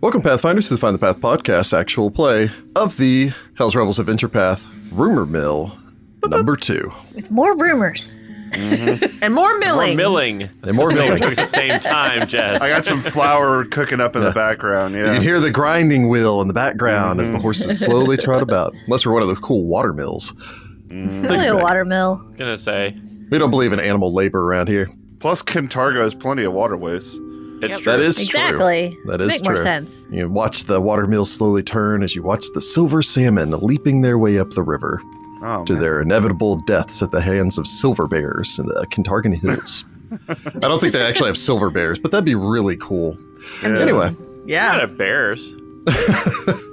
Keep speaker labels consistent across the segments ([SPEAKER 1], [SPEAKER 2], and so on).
[SPEAKER 1] Welcome, Pathfinders, to the Find the Path podcast, actual play of the Hell's Rebels Adventure Path Rumor Mill number two.
[SPEAKER 2] with more rumors.
[SPEAKER 3] And more
[SPEAKER 4] Or
[SPEAKER 3] milling.
[SPEAKER 4] milling.
[SPEAKER 1] And more
[SPEAKER 4] Same-
[SPEAKER 1] milling.
[SPEAKER 4] at the same time, Jess.
[SPEAKER 5] I got some flour cooking up in the background.
[SPEAKER 1] You
[SPEAKER 5] Yeah.
[SPEAKER 1] can hear the grinding wheel in the background as the horses slowly trot about. Unless we're one of those cool water mills.
[SPEAKER 2] Probably a watermill.
[SPEAKER 4] gonna say
[SPEAKER 1] We don't believe in animal labor around here.
[SPEAKER 5] Plus, Kintargo has plenty of waterways.
[SPEAKER 4] it's
[SPEAKER 3] Yep.
[SPEAKER 4] true.
[SPEAKER 1] That is
[SPEAKER 2] Exactly.
[SPEAKER 1] true. That is
[SPEAKER 2] Make
[SPEAKER 1] true.
[SPEAKER 2] more sense.
[SPEAKER 1] You watch the water mills slowly turn as you watch the silver salmon leaping their way up the river
[SPEAKER 5] Oh,
[SPEAKER 1] to
[SPEAKER 5] man.
[SPEAKER 1] their inevitable deaths at the hands of silver bears in the Kentargan Hills. I don't think they actually have silver bears, but that'd be really cool.
[SPEAKER 5] Yeah.
[SPEAKER 1] Anyway,
[SPEAKER 4] Not
[SPEAKER 3] Yeah.
[SPEAKER 4] a bears.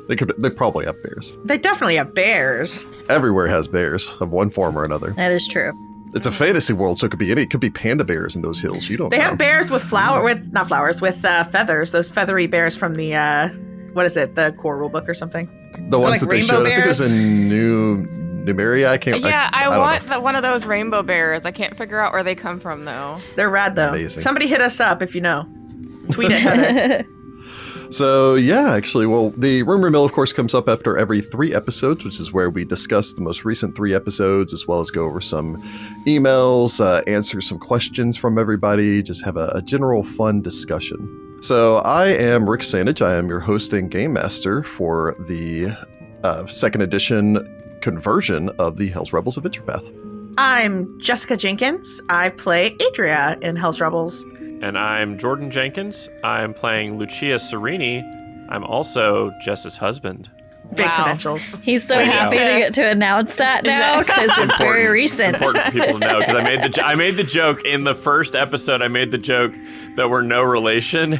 [SPEAKER 1] they could they probably have bears.
[SPEAKER 3] They definitely have bears.
[SPEAKER 1] Everywhere has bears of one form or another.
[SPEAKER 2] That is true.
[SPEAKER 1] It's a fantasy world, so it could be any. It could be panda bears in those hills. You don't.
[SPEAKER 3] They
[SPEAKER 1] know.
[SPEAKER 3] have bears with flower with not flowers with uh, feathers. Those feathery bears from the uh, what is it? The core rule book or something.
[SPEAKER 1] the ones
[SPEAKER 3] like
[SPEAKER 1] that they
[SPEAKER 3] rainbow
[SPEAKER 1] showed. I think there's
[SPEAKER 3] bears?
[SPEAKER 1] a new Numeria. I can't.
[SPEAKER 6] Yeah, I,
[SPEAKER 1] don't
[SPEAKER 6] want
[SPEAKER 1] know.
[SPEAKER 6] the, one of those rainbow bears. I can't figure out where they come from though.
[SPEAKER 3] They're rad though.
[SPEAKER 1] Amazing.
[SPEAKER 3] Somebody hit us up if you know. Tweet at Heather.
[SPEAKER 1] So yeah, actually, well, the rumor mill, of course, comes up after every three episodes, which is where we discuss the most recent three episodes, as well as go over some emails, uh, answer some questions from everybody, just have a, a general fun discussion. So I am Rick Sandage. I am your host and game master for the uh, second edition conversion of the Hell's Rebels Adventure Path.
[SPEAKER 3] I'm Jessica Jenkins. I play Adria in Hell's Rebels.
[SPEAKER 4] And I'm Jordan Jenkins. I'm playing Lucia Serini. I'm also Jess's husband.
[SPEAKER 3] Big
[SPEAKER 6] Wow.
[SPEAKER 3] credentials.
[SPEAKER 2] He's so
[SPEAKER 4] There you
[SPEAKER 2] happy
[SPEAKER 6] go.
[SPEAKER 2] to get to announce that now because it's, very recent.
[SPEAKER 4] It's important for people to know because I made the jo- I made the joke in the first episode. I made the joke that we're no relation.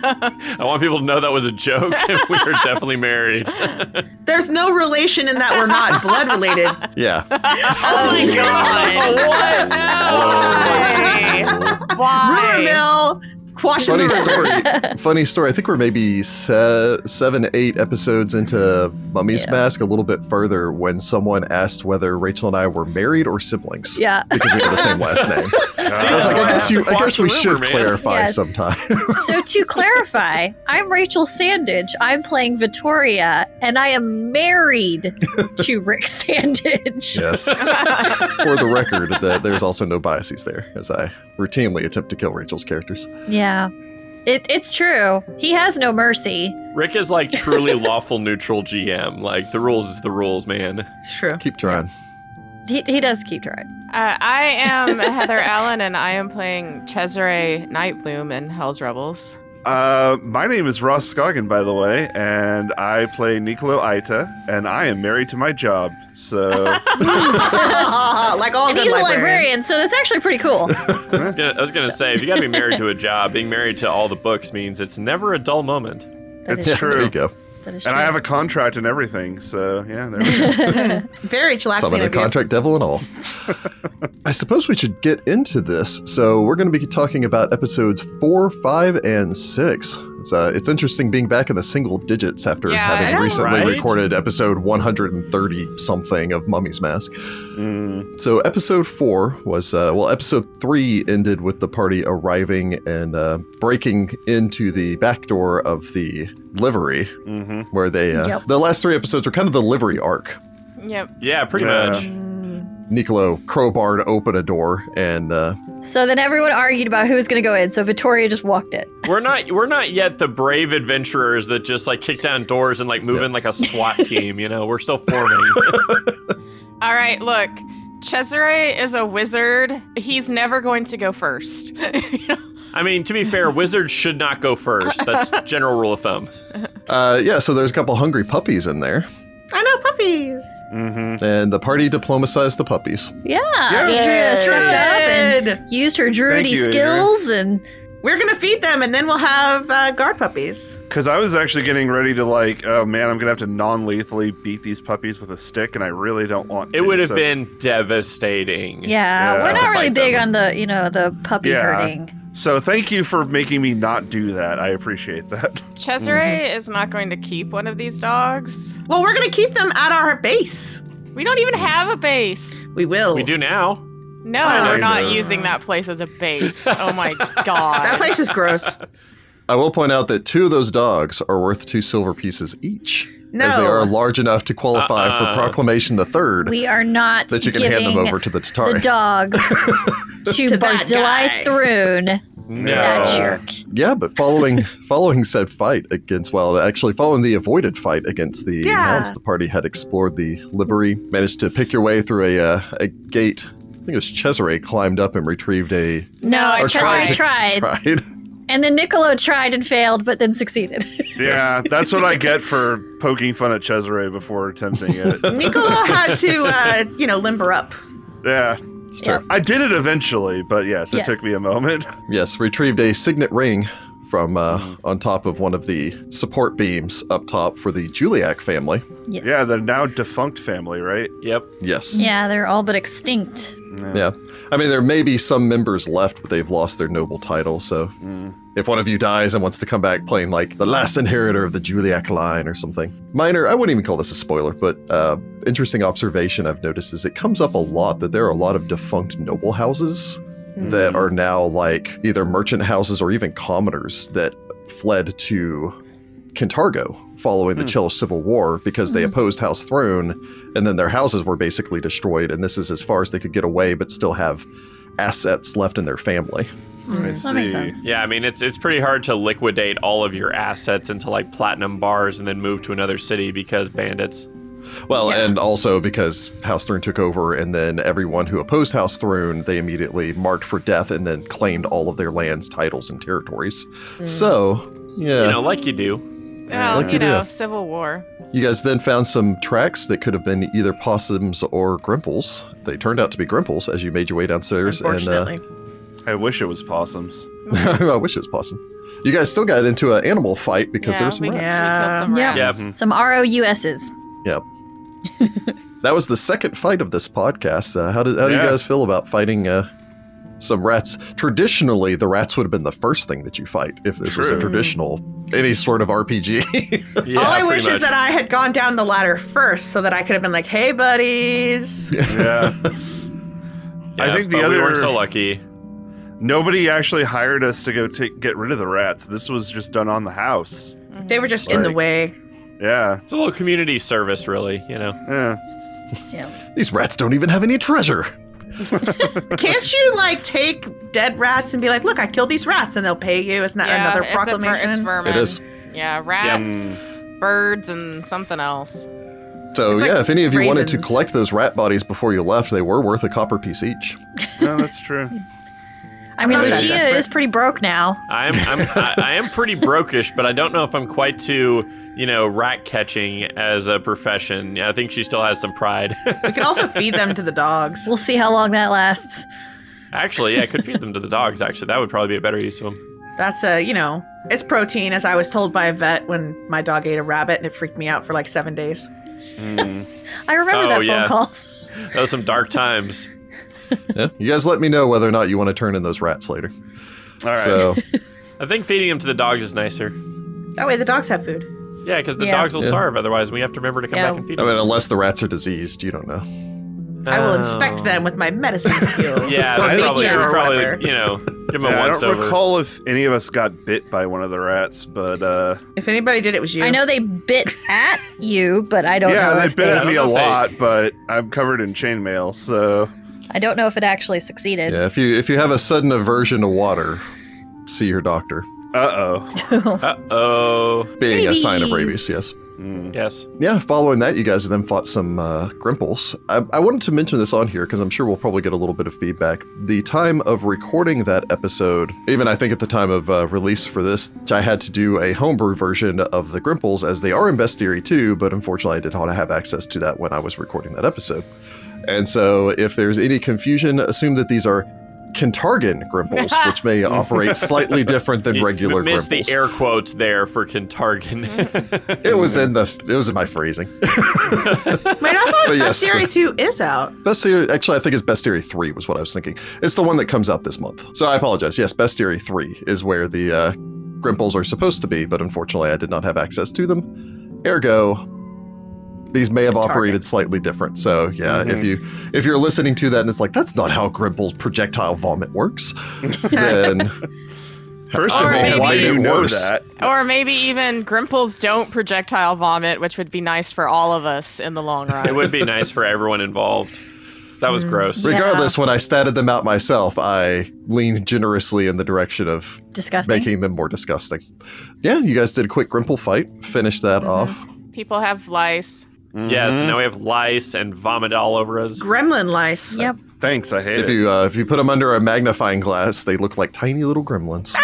[SPEAKER 4] I want people to know that was a joke and we are definitely married.
[SPEAKER 3] There's no relation in that we're not blood related.
[SPEAKER 1] Yeah.
[SPEAKER 6] Oh my god!
[SPEAKER 1] Whoa.
[SPEAKER 6] Why? Why?
[SPEAKER 3] Rumor mill. Quash the
[SPEAKER 1] funny
[SPEAKER 3] rumor.
[SPEAKER 1] story. funny story. I think we're maybe se- seven, eight episodes into Mummy's Mask, a little bit further, when someone asked whether Rachel and I were married or siblings.
[SPEAKER 2] Yeah.
[SPEAKER 1] Because we have the same last name.
[SPEAKER 4] See,
[SPEAKER 1] I was
[SPEAKER 4] that's
[SPEAKER 1] like,
[SPEAKER 4] why
[SPEAKER 1] I guess
[SPEAKER 4] have to
[SPEAKER 1] you. I
[SPEAKER 4] quash
[SPEAKER 1] guess
[SPEAKER 4] the
[SPEAKER 1] we
[SPEAKER 4] rumor,
[SPEAKER 1] should
[SPEAKER 4] man.
[SPEAKER 1] clarify
[SPEAKER 2] Yes.
[SPEAKER 1] sometime.
[SPEAKER 2] so to clarify, I'm Rachel Sandage. I'm playing Vittoria, and I am married to Rick Sandage.
[SPEAKER 1] yes. For the record, that there's also no biases there, as I routinely attempt to kill Rachel's characters.
[SPEAKER 2] Yeah. It, it's true. He has no mercy.
[SPEAKER 4] Rick is like truly lawful neutral GM. Like the rules is the rules, man.
[SPEAKER 3] It's true.
[SPEAKER 1] Keep trying.
[SPEAKER 2] He, he does keep trying.
[SPEAKER 6] Uh, I am Heather Allen, and I am playing Cesare Nightbloom in Hell's Rebels.
[SPEAKER 5] Uh, my name is Ross Scoggin, by the way, and I play Nicolo Aita, and I am married to my job. So,
[SPEAKER 3] like all
[SPEAKER 2] And
[SPEAKER 3] good
[SPEAKER 2] he's a
[SPEAKER 3] librarians.
[SPEAKER 2] librarian, so that's actually pretty cool.
[SPEAKER 4] I was gonna, I was gonna say, if you gotta be married to a job, being married to all the books means it's never a dull moment.
[SPEAKER 2] That
[SPEAKER 5] It's
[SPEAKER 2] is-
[SPEAKER 5] true.
[SPEAKER 1] There you go.
[SPEAKER 2] that is
[SPEAKER 5] and I
[SPEAKER 2] true.
[SPEAKER 5] have a contract and everything. So, yeah, there we go.
[SPEAKER 3] Very chillaxing
[SPEAKER 1] Summon a
[SPEAKER 3] of you.
[SPEAKER 1] contract devil and all. I suppose we should get into this. So we're going to be talking about episodes four, five, and six. It's uh, it's interesting being back in the single digits after
[SPEAKER 6] Yeah, I
[SPEAKER 1] having
[SPEAKER 6] know,
[SPEAKER 1] recently
[SPEAKER 4] right?
[SPEAKER 1] recorded episode 130 something of Mummy's Mask.
[SPEAKER 5] Mm.
[SPEAKER 1] So episode four was uh, well, episode three ended with the party arriving and uh, breaking into the back door of the livery,
[SPEAKER 5] hmm
[SPEAKER 1] where they uh,
[SPEAKER 2] Yep.
[SPEAKER 1] the last three episodes were kind of the livery arc.
[SPEAKER 6] Yep.
[SPEAKER 4] Yeah, pretty
[SPEAKER 5] Yeah.
[SPEAKER 4] much.
[SPEAKER 1] Nicolo crowbarred open a door and uh,
[SPEAKER 2] So then everyone argued about who was going to go in. So Vittoria just walked it.
[SPEAKER 4] We're not we're not yet the brave adventurers that just like kick down doors and like move in like a SWAT team. You know, we're still forming.
[SPEAKER 6] All right. Look, Cesare is a wizard. He's never going to go first. You know?
[SPEAKER 4] I mean, to be fair, wizards should not go first. That's general rule of thumb.
[SPEAKER 1] Uh, yeah, so there's a couple hungry puppies in there,
[SPEAKER 3] I know puppies.
[SPEAKER 5] hmm
[SPEAKER 1] and the party diplomatized the puppies.
[SPEAKER 2] Yeah. Adria stepped up and
[SPEAKER 3] Good.
[SPEAKER 2] used her druidy
[SPEAKER 5] you, Adria.
[SPEAKER 2] skills and
[SPEAKER 3] We're gonna feed them, and then we'll have uh, guard puppies.
[SPEAKER 5] Because I was actually getting ready to, like, oh man, I'm going to have to non lethally beat these puppies with a stick, and I really don't want to.
[SPEAKER 4] It would have
[SPEAKER 5] so-
[SPEAKER 4] been devastating.
[SPEAKER 2] yeah,
[SPEAKER 5] Yeah.
[SPEAKER 2] we're
[SPEAKER 5] To
[SPEAKER 2] not really
[SPEAKER 4] fight
[SPEAKER 2] big
[SPEAKER 4] them.
[SPEAKER 2] on the, you know, the puppy
[SPEAKER 5] Yeah.
[SPEAKER 2] herding.
[SPEAKER 5] So, thank you for making me not do that. I appreciate that.
[SPEAKER 6] Cesare
[SPEAKER 1] Mm-hmm.
[SPEAKER 6] is not going to keep one of these dogs.
[SPEAKER 3] Well, we're gonna keep them at our base.
[SPEAKER 6] We don't even have a base.
[SPEAKER 3] We will.
[SPEAKER 4] We do now.
[SPEAKER 6] No,
[SPEAKER 3] I
[SPEAKER 6] we're
[SPEAKER 5] know.
[SPEAKER 6] not using that place as a base. Oh my god.
[SPEAKER 3] That place is gross.
[SPEAKER 1] I will point out that two of those dogs are worth two silver pieces each, as they
[SPEAKER 3] No.
[SPEAKER 1] are large enough to qualify
[SPEAKER 4] Uh-uh.
[SPEAKER 1] for Proclamation the Third.
[SPEAKER 2] We are not
[SPEAKER 1] that you can
[SPEAKER 2] giving
[SPEAKER 1] hand them over to the Tatari.
[SPEAKER 2] the dog to,
[SPEAKER 3] To that
[SPEAKER 2] Barzillai
[SPEAKER 3] guy.
[SPEAKER 2] Throne.
[SPEAKER 4] No.
[SPEAKER 2] That jerk.
[SPEAKER 1] Yeah, but following following said fight against well, actually following the avoided fight against the
[SPEAKER 3] Yeah.
[SPEAKER 1] hounds, the party had explored the livery, managed to pick your way through a uh, a gate. I think it was Cesare climbed up and retrieved a
[SPEAKER 2] No,
[SPEAKER 6] I
[SPEAKER 2] I
[SPEAKER 1] Or
[SPEAKER 2] tried.
[SPEAKER 1] tried.
[SPEAKER 2] tried.
[SPEAKER 1] pride.
[SPEAKER 2] And then Niccolo tried and failed, but then succeeded.
[SPEAKER 5] Yeah, that's what I get for poking fun at Cesare before attempting it.
[SPEAKER 3] Niccolo had to, uh, you know, limber up.
[SPEAKER 5] yeah.
[SPEAKER 1] Sure.
[SPEAKER 5] I did it eventually, but yes, it
[SPEAKER 2] Yes.
[SPEAKER 5] took me a moment.
[SPEAKER 1] Yes, retrieved a signet ring from uh, on top of one of the support beams up top for the Juliac family.
[SPEAKER 2] Yes.
[SPEAKER 5] Yeah, the now defunct family, right?
[SPEAKER 4] Yep.
[SPEAKER 1] Yes.
[SPEAKER 2] yeah, they're all but extinct.
[SPEAKER 1] Yeah. I mean, there may be some members left, but they've lost their noble title. So if one of you dies and wants to come back playing like the last inheritor of the Juliac line or something, minor, I wouldn't even call this a spoiler, but uh, interesting observation I've noticed is it comes up a lot that there are a lot of defunct noble houses that are now like either merchant houses or even commoners that fled to Cantargo following
[SPEAKER 4] Hmm.
[SPEAKER 1] the Chelish Civil War because they opposed House Throne, and then their houses were basically destroyed. And this is as far as they could get away, but still have assets left in their family.
[SPEAKER 5] I
[SPEAKER 2] Mm, That makes
[SPEAKER 5] see.
[SPEAKER 2] sense.
[SPEAKER 4] Yeah, I mean it's it's pretty hard to liquidate all of your assets into like platinum bars and then move to another city because bandits.
[SPEAKER 1] Well, and also because House Throne took over, and then everyone who opposed House Throne, they immediately marked for death and then claimed all of their lands, titles, and territories. So, yeah.
[SPEAKER 4] Hmm. You know, like you do.
[SPEAKER 6] Well,
[SPEAKER 1] Like
[SPEAKER 6] you
[SPEAKER 1] you do.
[SPEAKER 6] know, Civil War.
[SPEAKER 1] You guys then found some tracks that could have been either possums or grimples. They turned out to be grimples as you made your way downstairs. And uh,
[SPEAKER 3] Unfortunately,
[SPEAKER 5] I wish it was possums.
[SPEAKER 1] I wish it was possum. You guys still got into an animal fight because
[SPEAKER 6] yeah,
[SPEAKER 1] there was some
[SPEAKER 6] we,
[SPEAKER 1] rats.
[SPEAKER 6] we killed some
[SPEAKER 2] Yeah. mm-hmm.
[SPEAKER 6] rats.
[SPEAKER 4] Yeah.
[SPEAKER 2] Some ROUSs.
[SPEAKER 1] Yep. that was the second fight of this podcast. Uh, how did how do you
[SPEAKER 5] Yeah.
[SPEAKER 1] guys feel about fighting uh, some rats? Traditionally, the rats would have been the first thing that you fight if this was a
[SPEAKER 5] True.
[SPEAKER 1] traditional any sort of RPG.
[SPEAKER 4] Yeah,
[SPEAKER 3] all I
[SPEAKER 4] pretty
[SPEAKER 3] wish
[SPEAKER 4] much.
[SPEAKER 3] is that I had gone down the ladder first, so that I could have been like, "Hey, buddies!"
[SPEAKER 5] Yeah. I
[SPEAKER 4] Yeah,
[SPEAKER 5] think the
[SPEAKER 4] but we
[SPEAKER 5] other
[SPEAKER 4] weren't so lucky.
[SPEAKER 5] nobody actually hired us to go take get rid of the rats. This was just done on the house.
[SPEAKER 3] They were just in the
[SPEAKER 5] Like-
[SPEAKER 3] way.
[SPEAKER 5] Yeah.
[SPEAKER 4] It's a little community service, really. You know.
[SPEAKER 5] Yeah.
[SPEAKER 2] Yeah.
[SPEAKER 1] These rats don't even have any treasure.
[SPEAKER 3] Can't you like take dead rats and be like, "Look, I killed these rats," and they'll pay you? Isn't that
[SPEAKER 6] Yeah,
[SPEAKER 3] another
[SPEAKER 6] it's a ver-
[SPEAKER 3] proclamation?
[SPEAKER 6] it's vermin.
[SPEAKER 1] It is.
[SPEAKER 6] Yeah, rats,
[SPEAKER 5] Mm.
[SPEAKER 6] birds, and something else.
[SPEAKER 1] So
[SPEAKER 3] It's
[SPEAKER 1] yeah,
[SPEAKER 3] like
[SPEAKER 1] if any of you wanted to
[SPEAKER 3] ravens.
[SPEAKER 1] collect those rat bodies before you left, they were worth a copper piece each.
[SPEAKER 5] No, that's true.
[SPEAKER 2] I mean,
[SPEAKER 3] not
[SPEAKER 5] that
[SPEAKER 2] Lucia
[SPEAKER 3] desperate.
[SPEAKER 2] is pretty broke now.
[SPEAKER 4] I'm I'm I, I am pretty brokish, but I don't know if I'm quite too you know rat catching as a profession. I think she still has some pride.
[SPEAKER 3] We could also feed them to the dogs.
[SPEAKER 2] We'll see how long that lasts.
[SPEAKER 4] actually, yeah, I could feed them to the dogs. Actually, that would probably be a better use of them.
[SPEAKER 3] That's a you know, it's protein, as I was told by a vet when my dog ate a rabbit and it freaked me out for like seven days.
[SPEAKER 2] I remember
[SPEAKER 4] Oh,
[SPEAKER 2] that phone
[SPEAKER 4] yeah.
[SPEAKER 2] call.
[SPEAKER 4] That was some dark times.
[SPEAKER 1] You guys let me know whether or not you want to turn in those rats later.
[SPEAKER 5] All right.
[SPEAKER 1] So
[SPEAKER 4] I think feeding them to the dogs is nicer.
[SPEAKER 3] That way the dogs have food.
[SPEAKER 4] Yeah, because the
[SPEAKER 2] Yeah.
[SPEAKER 4] dogs will
[SPEAKER 1] Yeah.
[SPEAKER 4] starve. Otherwise, we have to remember to come
[SPEAKER 2] Yeah.
[SPEAKER 4] back and feed
[SPEAKER 1] I
[SPEAKER 4] them.
[SPEAKER 1] mean, unless the rats are diseased, you don't know.
[SPEAKER 3] I will
[SPEAKER 4] Oh.
[SPEAKER 3] inspect them with my medicine skill.
[SPEAKER 4] Yeah,
[SPEAKER 3] or
[SPEAKER 4] that's
[SPEAKER 3] nature
[SPEAKER 4] probably,
[SPEAKER 3] or
[SPEAKER 4] we'd
[SPEAKER 3] whatever.
[SPEAKER 4] probably you know give them
[SPEAKER 5] Yeah,
[SPEAKER 4] a
[SPEAKER 5] I
[SPEAKER 4] once
[SPEAKER 5] don't
[SPEAKER 4] over.
[SPEAKER 5] recall if any of us got bit by one of the rats, but uh,
[SPEAKER 3] If anybody did, it was you.
[SPEAKER 2] I know they bit at you, but I don't
[SPEAKER 5] yeah,
[SPEAKER 2] know.
[SPEAKER 5] they
[SPEAKER 2] if
[SPEAKER 5] bit
[SPEAKER 4] I
[SPEAKER 5] at
[SPEAKER 4] don't
[SPEAKER 5] me a
[SPEAKER 4] know if they-
[SPEAKER 5] lot. But I'm covered in chainmail, so
[SPEAKER 2] I don't know if it actually succeeded.
[SPEAKER 1] Yeah, if you if you have a sudden aversion to water, see your doctor.
[SPEAKER 5] uh oh.
[SPEAKER 4] Uh oh.
[SPEAKER 1] Being a sign of
[SPEAKER 2] Rabies.
[SPEAKER 1] rabies, yes.
[SPEAKER 4] Yes.
[SPEAKER 1] Yeah, following that, you guys then fought some uh, Grimples. I, I wanted to mention this on here because I'm sure we'll probably get a little bit of feedback. The time of recording that episode, even I think at the time of uh, release for this, I had to do a homebrew version of the Grimples as they are in Best Theory 2, but unfortunately I did not have access to that when I was recording that episode. And so if there's any confusion, assume that these are Kentargan Grimples, which may operate slightly different than
[SPEAKER 4] You
[SPEAKER 1] regular
[SPEAKER 4] missed
[SPEAKER 1] Grimples.
[SPEAKER 4] the air quotes there for Kentargan.
[SPEAKER 1] it was in the it was in my phrasing.
[SPEAKER 3] Wait, I thought
[SPEAKER 1] But
[SPEAKER 3] a
[SPEAKER 1] yes.
[SPEAKER 3] Siri 2 is out.
[SPEAKER 1] Best Theory, actually, I think it's Best Theory 3 was what I was thinking. It's the one that comes out this month. So I apologize. Yes, Best Theory 3 is where the uh, Grimples are supposed to be, but unfortunately, I did not have access to them. Ergo, these may have operated slightly different. So yeah, if you if you're listening to that and it's like that's not how Grimples projectile vomit works, then
[SPEAKER 5] First
[SPEAKER 6] Or
[SPEAKER 5] of all, why
[SPEAKER 6] maybe-
[SPEAKER 5] do you know
[SPEAKER 1] Worse.
[SPEAKER 5] that?
[SPEAKER 6] Or maybe even Grimples don't projectile vomit, which would be nice for all of us in the long
[SPEAKER 4] It
[SPEAKER 6] run.
[SPEAKER 4] would be nice for everyone involved. 'Cause That was
[SPEAKER 3] Mm.
[SPEAKER 4] gross.
[SPEAKER 1] Regardless, when I statted them out myself, I leaned generously in the direction of
[SPEAKER 2] Disgusting.
[SPEAKER 1] making them more disgusting. Yeah, you guys did a quick Grimple fight, finished that off.
[SPEAKER 6] People have lice.
[SPEAKER 1] Mm-hmm.
[SPEAKER 4] Yeah, so now we have lice and vomit all over us.
[SPEAKER 3] Gremlin lice.
[SPEAKER 2] Yep.
[SPEAKER 5] Thanks, I hate
[SPEAKER 1] If
[SPEAKER 5] it.
[SPEAKER 1] you uh, if you put them under a magnifying glass, they look like tiny little gremlins.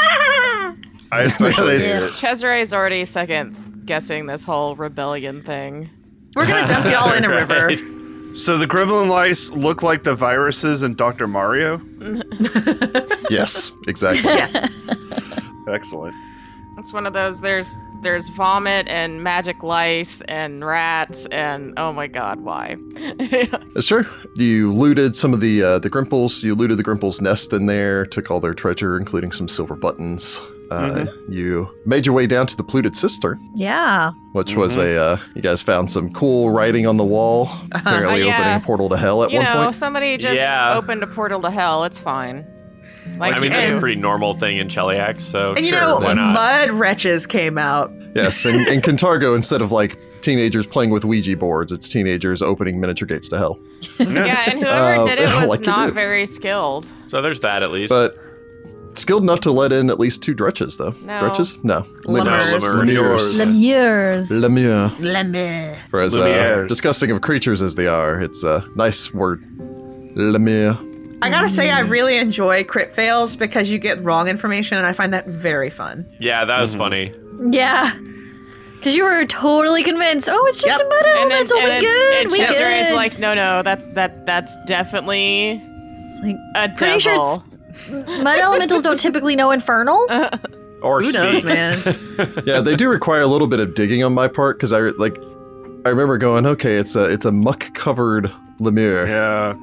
[SPEAKER 5] I especially
[SPEAKER 1] They
[SPEAKER 5] hate
[SPEAKER 1] do.
[SPEAKER 5] it.
[SPEAKER 6] Cesare is already second guessing this whole rebellion thing.
[SPEAKER 3] We're gonna dump y'all in a river.
[SPEAKER 4] Right.
[SPEAKER 5] So the gremlin lice look like the viruses in Dr. Mario?
[SPEAKER 1] yes, exactly.
[SPEAKER 3] Yes.
[SPEAKER 5] Excellent.
[SPEAKER 6] It's one of those. There's there's vomit and magic lice and rats and oh my god, why?
[SPEAKER 1] That's true. You looted some of the uh, the Grimples. You looted the Grimples' nest in there, took all their treasure, including some silver buttons. Uh,
[SPEAKER 6] Mm-hmm.
[SPEAKER 1] You made your way down to the polluted cistern,
[SPEAKER 2] Yeah.
[SPEAKER 1] which was
[SPEAKER 6] Mm-hmm.
[SPEAKER 1] a uh, you guys found some cool writing on the wall, apparently
[SPEAKER 6] Oh, yeah.
[SPEAKER 1] opening a portal to hell at
[SPEAKER 6] you
[SPEAKER 1] one
[SPEAKER 6] know,
[SPEAKER 1] point.
[SPEAKER 6] somebody just
[SPEAKER 4] Yeah.
[SPEAKER 6] opened a portal to hell. It's fine. Like
[SPEAKER 4] I mean,
[SPEAKER 6] you
[SPEAKER 4] that's
[SPEAKER 6] do.
[SPEAKER 4] a
[SPEAKER 3] And-
[SPEAKER 4] pretty normal thing in Cheliac, so
[SPEAKER 3] And you
[SPEAKER 4] sure,
[SPEAKER 3] know,
[SPEAKER 4] why not?
[SPEAKER 3] mud wretches came out.
[SPEAKER 1] Yes, and, and Cantargo instead of like teenagers playing with Ouija boards, it's teenagers opening miniature gates to hell.
[SPEAKER 6] yeah, and whoever
[SPEAKER 1] Uh,
[SPEAKER 6] did it was
[SPEAKER 1] like you
[SPEAKER 6] not
[SPEAKER 1] do.
[SPEAKER 6] very skilled.
[SPEAKER 4] So there's that at least.
[SPEAKER 1] But skilled enough to let in at least two dretches, though.
[SPEAKER 6] No.
[SPEAKER 1] Dretches? No.
[SPEAKER 3] Lummers.
[SPEAKER 1] Lemurs.
[SPEAKER 5] Lemurs.
[SPEAKER 1] Lemurs.
[SPEAKER 2] Lemures.
[SPEAKER 1] Lemur.
[SPEAKER 3] Lemmy.
[SPEAKER 1] For as uh,
[SPEAKER 5] Lumières.
[SPEAKER 1] disgusting of creatures as they are, it's a nice word. Lemire.
[SPEAKER 3] I gotta say,
[SPEAKER 2] Mm.
[SPEAKER 3] I really enjoy crit fails because you get wrong information, and I find that very fun.
[SPEAKER 4] yeah, that was
[SPEAKER 1] Mm-hmm.
[SPEAKER 4] funny.
[SPEAKER 2] Yeah. Because you were totally convinced. Oh, it's just
[SPEAKER 3] Yep.
[SPEAKER 2] a mud
[SPEAKER 6] And then,
[SPEAKER 2] elemental.
[SPEAKER 6] and then-
[SPEAKER 2] we good.
[SPEAKER 6] and
[SPEAKER 2] we
[SPEAKER 6] Cesare is
[SPEAKER 2] good.
[SPEAKER 6] like, no, no, that's that that's definitely
[SPEAKER 2] It's like,
[SPEAKER 6] a
[SPEAKER 2] Pretty sure
[SPEAKER 6] devil.
[SPEAKER 2] mud elementals don't typically know infernal.
[SPEAKER 4] Or
[SPEAKER 3] Who
[SPEAKER 4] speak.
[SPEAKER 3] knows, man?
[SPEAKER 1] yeah, they do require a little bit of digging on my part because I re- like. I remember going, okay, it's a it's a muck covered Lemure,
[SPEAKER 5] Yeah.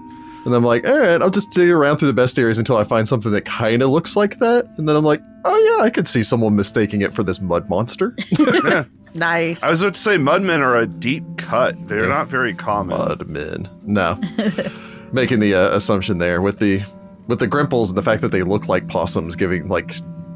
[SPEAKER 1] and I'm like, all right, I'll just dig around through the best areas until I find something that kind of looks like that, and then I'm like, oh yeah, I could see someone mistaking it for this mud monster.
[SPEAKER 3] nice.
[SPEAKER 5] I was about to say mudmen are a deep cut. They're
[SPEAKER 1] Yeah.
[SPEAKER 5] not very common.
[SPEAKER 1] Mudmen, no, making the uh, assumption there with the with the grimples and the fact that they look like possums, giving like,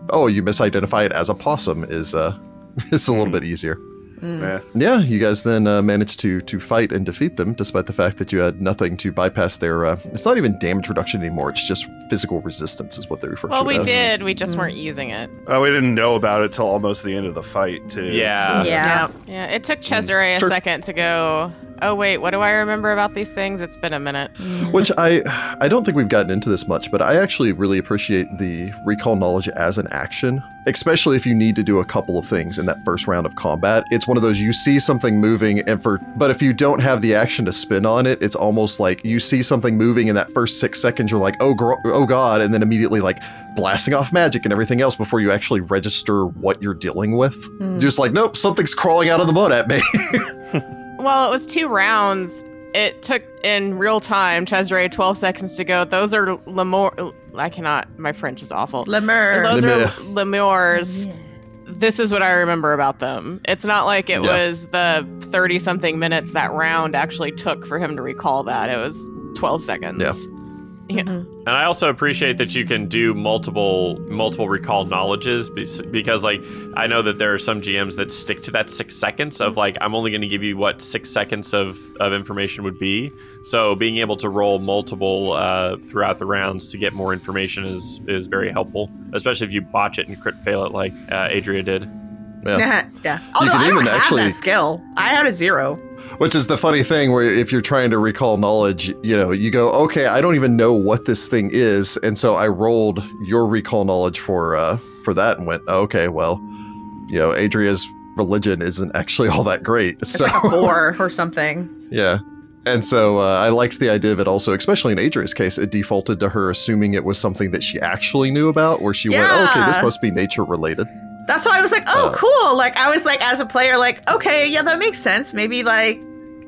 [SPEAKER 1] oh, you misidentify it as a possum is uh is a little bit easier.
[SPEAKER 2] Mm.
[SPEAKER 5] Yeah.
[SPEAKER 1] Yeah, you guys then uh, managed to to fight and defeat them, despite the fact that you had nothing to bypass their. Uh, it's not even damage reduction anymore; it's just physical resistance, is what they refer
[SPEAKER 6] Well,
[SPEAKER 1] to. it
[SPEAKER 6] we
[SPEAKER 1] as.
[SPEAKER 6] did. We
[SPEAKER 2] Mm.
[SPEAKER 6] just weren't using it.
[SPEAKER 5] Oh, we didn't know about it till almost the end of the fight, too.
[SPEAKER 4] Yeah.
[SPEAKER 5] so-
[SPEAKER 2] yeah.
[SPEAKER 6] Yeah, it
[SPEAKER 4] Mm.
[SPEAKER 6] took Cesare a
[SPEAKER 1] Sure.
[SPEAKER 6] second to go. Oh wait, what do I remember about these things? It's been a minute.
[SPEAKER 1] Which I, I don't think we've gotten into this much, but I actually really appreciate the recall knowledge as an action, especially if you need to do a couple of things in that first round of combat. It's one of those you see something moving, and for but if you don't have the action to spin on it, it's almost like you see something moving in that first six seconds, you're like, oh, gro- oh god, and then immediately like blasting off magic and everything else before you actually register what you're dealing with. You're just like, nope, something's crawling out of the mud at me.
[SPEAKER 6] Well, it was two rounds. It took in real time Cesare 12 seconds to go. Those are Lemur. I cannot. My French is awful.
[SPEAKER 3] Lemur.
[SPEAKER 6] Those
[SPEAKER 1] Lemur.
[SPEAKER 6] are Lemurs. This is what I remember about them. It's not like it
[SPEAKER 1] Yeah.
[SPEAKER 6] was the 30 something minutes that round actually took for him to recall that. It was 12 seconds. Yeah.
[SPEAKER 4] And I also appreciate that you can do multiple multiple recall knowledges be- because like I know that there are some GMs that stick to that 6 seconds of like I'm only going to give you what 6 seconds of of information would be. So being able to roll multiple uh, throughout the rounds to get more information is is very helpful, especially if you botch it and crit fail it like uh, Adria did.
[SPEAKER 3] Yeah. yeah. Although
[SPEAKER 1] can
[SPEAKER 3] I don't
[SPEAKER 1] even
[SPEAKER 3] have
[SPEAKER 1] actually-
[SPEAKER 3] that skill. I had a zero.
[SPEAKER 1] Which is the funny thing where if you're trying to recall knowledge, you know, you go, okay, I don't even know what this thing is. And so I rolled your recall knowledge for uh, for that and went, okay, well, you know, Adria's religion isn't actually all that great.
[SPEAKER 3] It's
[SPEAKER 1] so
[SPEAKER 3] like a four or something.
[SPEAKER 1] yeah. And so uh, I liked the idea of it also, especially in Adria's case, it defaulted to her assuming it was something that she actually knew about, where she went, oh, okay, this
[SPEAKER 3] Yeah.
[SPEAKER 1] must be nature related.
[SPEAKER 3] That's why I was like, oh, cool. Like I was like, as a player, like, okay, yeah, that makes sense. Maybe like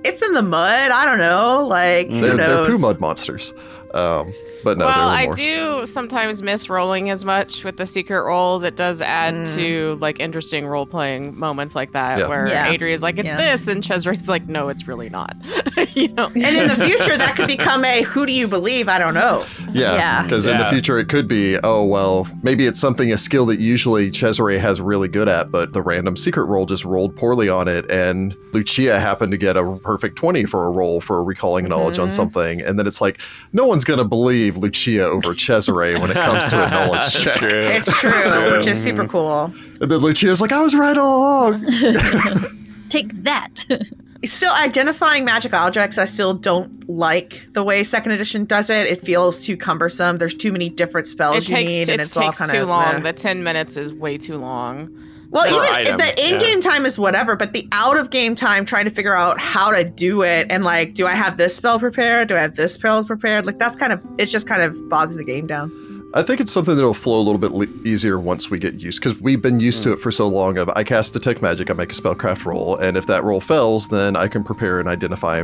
[SPEAKER 3] it's in the mud. I don't know. Like
[SPEAKER 1] Mm. They're, they're
[SPEAKER 3] who knows?
[SPEAKER 1] poo mud monsters. Um, But no, there
[SPEAKER 6] well,
[SPEAKER 1] were
[SPEAKER 6] I
[SPEAKER 1] more.
[SPEAKER 6] do sometimes miss rolling as much with the secret rolls. It does add
[SPEAKER 3] Mm.
[SPEAKER 6] to like interesting role playing moments like that
[SPEAKER 1] Yeah.
[SPEAKER 6] where
[SPEAKER 2] Yeah.
[SPEAKER 6] Adrian's like, it's
[SPEAKER 2] Yeah.
[SPEAKER 6] this, and Chesray's like, no, it's really not. you know?
[SPEAKER 3] And in the future, that could become a who do you believe? I don't know.
[SPEAKER 1] Yeah,
[SPEAKER 2] Yeah.
[SPEAKER 1] because in the
[SPEAKER 4] Yeah.
[SPEAKER 1] future it could be, oh well, maybe it's something a skill that usually Cesare has really good at, but the random secret roll just rolled poorly on it, and Lucia happened to get a perfect twenty for a roll for recalling knowledge on something, and then it's like no one's gonna believe Lucia over Cesare when it comes to a knowledge
[SPEAKER 4] That's
[SPEAKER 1] check.
[SPEAKER 4] true.
[SPEAKER 3] It's true, which is super cool.
[SPEAKER 1] And then Lucia's like, I was right all along.
[SPEAKER 2] Take that.
[SPEAKER 3] Still identifying magic objects, I still don't like the way second edition does it. It feels too cumbersome. There's too many different spells
[SPEAKER 6] It
[SPEAKER 3] you
[SPEAKER 6] takes,
[SPEAKER 3] need,
[SPEAKER 6] it
[SPEAKER 3] and it's all
[SPEAKER 6] takes
[SPEAKER 3] kind
[SPEAKER 6] too
[SPEAKER 3] of uh,
[SPEAKER 6] long.
[SPEAKER 3] meh.
[SPEAKER 6] The 10 minutes is way too long.
[SPEAKER 3] Well,
[SPEAKER 4] Per
[SPEAKER 3] even
[SPEAKER 4] item,
[SPEAKER 3] the
[SPEAKER 4] yeah.
[SPEAKER 3] in-game time is whatever, but the out-of-game time trying to figure out how to do it and like, do I have this spell prepared? Do I have this spell prepared? Like that's kind of it. Just kind of bogs the game down.
[SPEAKER 1] I think it's something that'll flow a little bit le- easier once we get used because we've been used
[SPEAKER 6] Hmm.
[SPEAKER 1] to it for so long. Of I cast detect magic, I make a spellcraft roll, and if that roll fails, then I can prepare and identify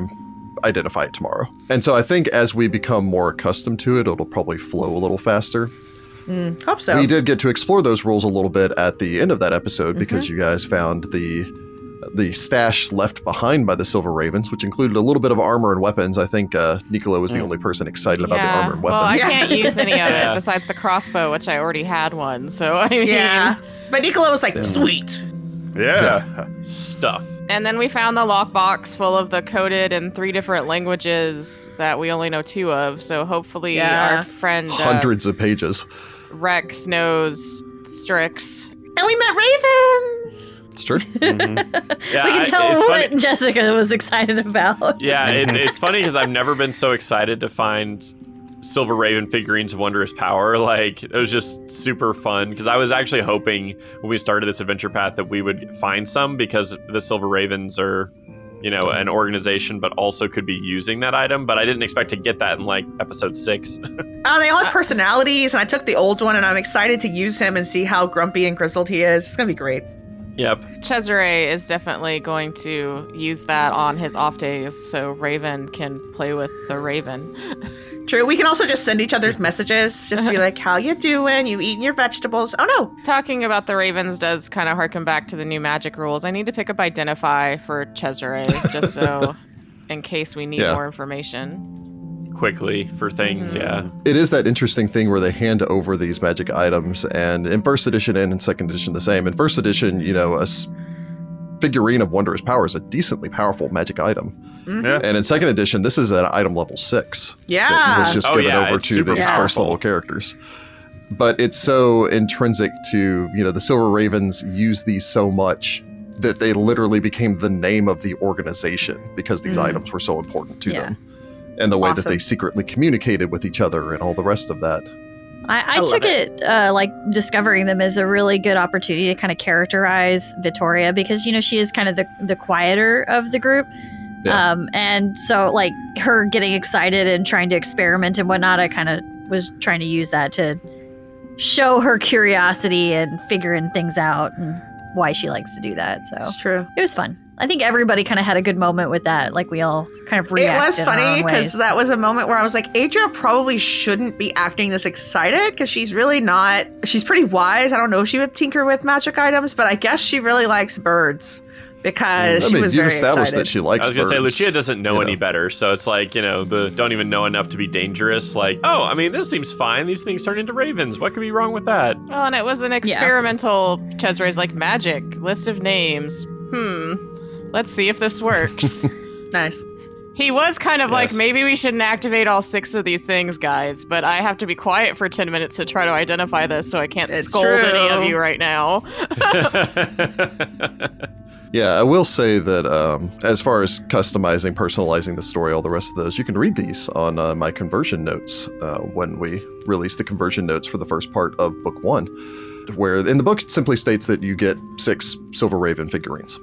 [SPEAKER 1] identify it tomorrow. And so I think as we become more accustomed to it, it'll probably flow a little faster.
[SPEAKER 3] Hope so.
[SPEAKER 1] We did get to explore those rules a little bit at the end of that episode because
[SPEAKER 6] Mm-hmm.
[SPEAKER 1] you guys found the the stash left behind by the Silver Ravens, which included a little bit of armor and weapons. I think uh, Nicola was the only person excited about the
[SPEAKER 6] Mm. yeah.
[SPEAKER 1] armor and
[SPEAKER 6] Well, I
[SPEAKER 1] weapons.
[SPEAKER 6] can't use any of
[SPEAKER 4] Yeah.
[SPEAKER 6] it besides the crossbow, which I already had one. So, I mean.
[SPEAKER 3] yeah, but Nicola was like, sweet.
[SPEAKER 5] Yeah.
[SPEAKER 4] Stuff.
[SPEAKER 6] And then we found the lockbox full of the coded in three different languages that we only know two of. So hopefully
[SPEAKER 3] Yeah.
[SPEAKER 6] our friend uh,
[SPEAKER 1] Hundreds of pages.
[SPEAKER 6] Rex knows Strix.
[SPEAKER 3] And we met ravens.
[SPEAKER 1] It's true.
[SPEAKER 4] Yeah,
[SPEAKER 2] we can
[SPEAKER 4] I-
[SPEAKER 2] tell
[SPEAKER 4] Uh, it's
[SPEAKER 2] what
[SPEAKER 4] funny-
[SPEAKER 2] Jessica was excited about.
[SPEAKER 4] Yeah, it, it's funny because I've never been so excited to find Silver Raven figurines of wondrous power. Like it was just super fun because I was actually hoping when we started this adventure path that we would find some because the Silver Ravens are, you know, an organization but also could be using that item. But I didn't expect to get that in like episode six.
[SPEAKER 3] Oh, they all have personalities, and I took the old one, and I'm excited to use him and see how grumpy and grizzled he is. It's gonna be great.
[SPEAKER 4] yep.
[SPEAKER 6] Cesare is definitely going to use that on his off days so Raven can play with the Raven.
[SPEAKER 3] True. We can also just send each other's messages, just be like, "How you doing? You eating your vegetables?" Oh no,
[SPEAKER 6] Talking about the Ravens does kind of harken back to the new magic rules. I need to pick up Identify for Cesare just so in case we need
[SPEAKER 1] Yeah.
[SPEAKER 6] more information.
[SPEAKER 4] Quickly for things. Yeah.
[SPEAKER 1] it is that interesting thing where they hand over these magic items and in first edition and in second edition the same in first edition you know a s- figurine of wondrous power is a decently powerful magic item
[SPEAKER 3] Mm,
[SPEAKER 5] Yeah.
[SPEAKER 1] and in second edition this is an item level six that
[SPEAKER 3] yeah.
[SPEAKER 1] was just
[SPEAKER 4] Oh,
[SPEAKER 1] given
[SPEAKER 4] yeah,
[SPEAKER 1] over
[SPEAKER 4] it's
[SPEAKER 1] to
[SPEAKER 4] super
[SPEAKER 1] these
[SPEAKER 4] powerful.
[SPEAKER 1] first level characters but it's so intrinsic to you know the silver ravens use these so much that they literally became the name of the organization because these
[SPEAKER 3] Mhm.
[SPEAKER 1] items were so important to
[SPEAKER 2] Yeah.
[SPEAKER 1] them and the way that
[SPEAKER 3] Awesome.
[SPEAKER 1] they secretly communicated with each other and all the rest of that
[SPEAKER 2] I, I,
[SPEAKER 3] love
[SPEAKER 2] took it, uh, like discovering them as a really good opportunity to kind of characterize Vittoria because you know she is kind of the the quieter of the group,
[SPEAKER 1] Yeah.
[SPEAKER 2] um, and so like her getting excited and trying to experiment and whatnot. I kind of was trying to use that to show her curiosity and figuring things out and why she likes to do that. So
[SPEAKER 3] It's true.
[SPEAKER 2] it was fun. I think everybody kind of had a good moment with that. Like we all kind of
[SPEAKER 3] It
[SPEAKER 2] reacted.
[SPEAKER 3] was
[SPEAKER 2] in our
[SPEAKER 3] funny
[SPEAKER 2] own ways.
[SPEAKER 3] because that was a moment where I was like, Adria probably shouldn't be acting this excited because she's really not. She's pretty wise. I don't know if she would tinker with magic items, but I guess she really likes birds because
[SPEAKER 1] Mm, I
[SPEAKER 3] she
[SPEAKER 1] mean,
[SPEAKER 3] was
[SPEAKER 1] you've
[SPEAKER 3] very
[SPEAKER 1] established
[SPEAKER 3] excited.
[SPEAKER 1] that she likes.
[SPEAKER 4] I was gonna say
[SPEAKER 1] birds.
[SPEAKER 4] Lucia doesn't know
[SPEAKER 1] you
[SPEAKER 4] any
[SPEAKER 1] know.
[SPEAKER 4] better, so it's like you know the don't even know enough to be dangerous. Like oh, I mean this seems fine. These things turn into ravens. What could be wrong with that?
[SPEAKER 6] Well, and it was an experimental Cesare's like magic list of names. Hmm. Let's see if this works.
[SPEAKER 3] nice.
[SPEAKER 6] he was kind of like,
[SPEAKER 4] Yes.
[SPEAKER 6] maybe we shouldn't activate all six of these things, guys, but I have to be quiet for 10 minutes to try to identify this, so I can't
[SPEAKER 3] It's
[SPEAKER 6] scold any of
[SPEAKER 3] true.
[SPEAKER 6] you right now.
[SPEAKER 1] Yeah, I will say that um, as far as customizing, personalizing the story, all the rest of those, you can read these on uh, my conversion notes uh, when we release the conversion notes for the first part of book one, where in the book it simply states that you get six silver raven figurines.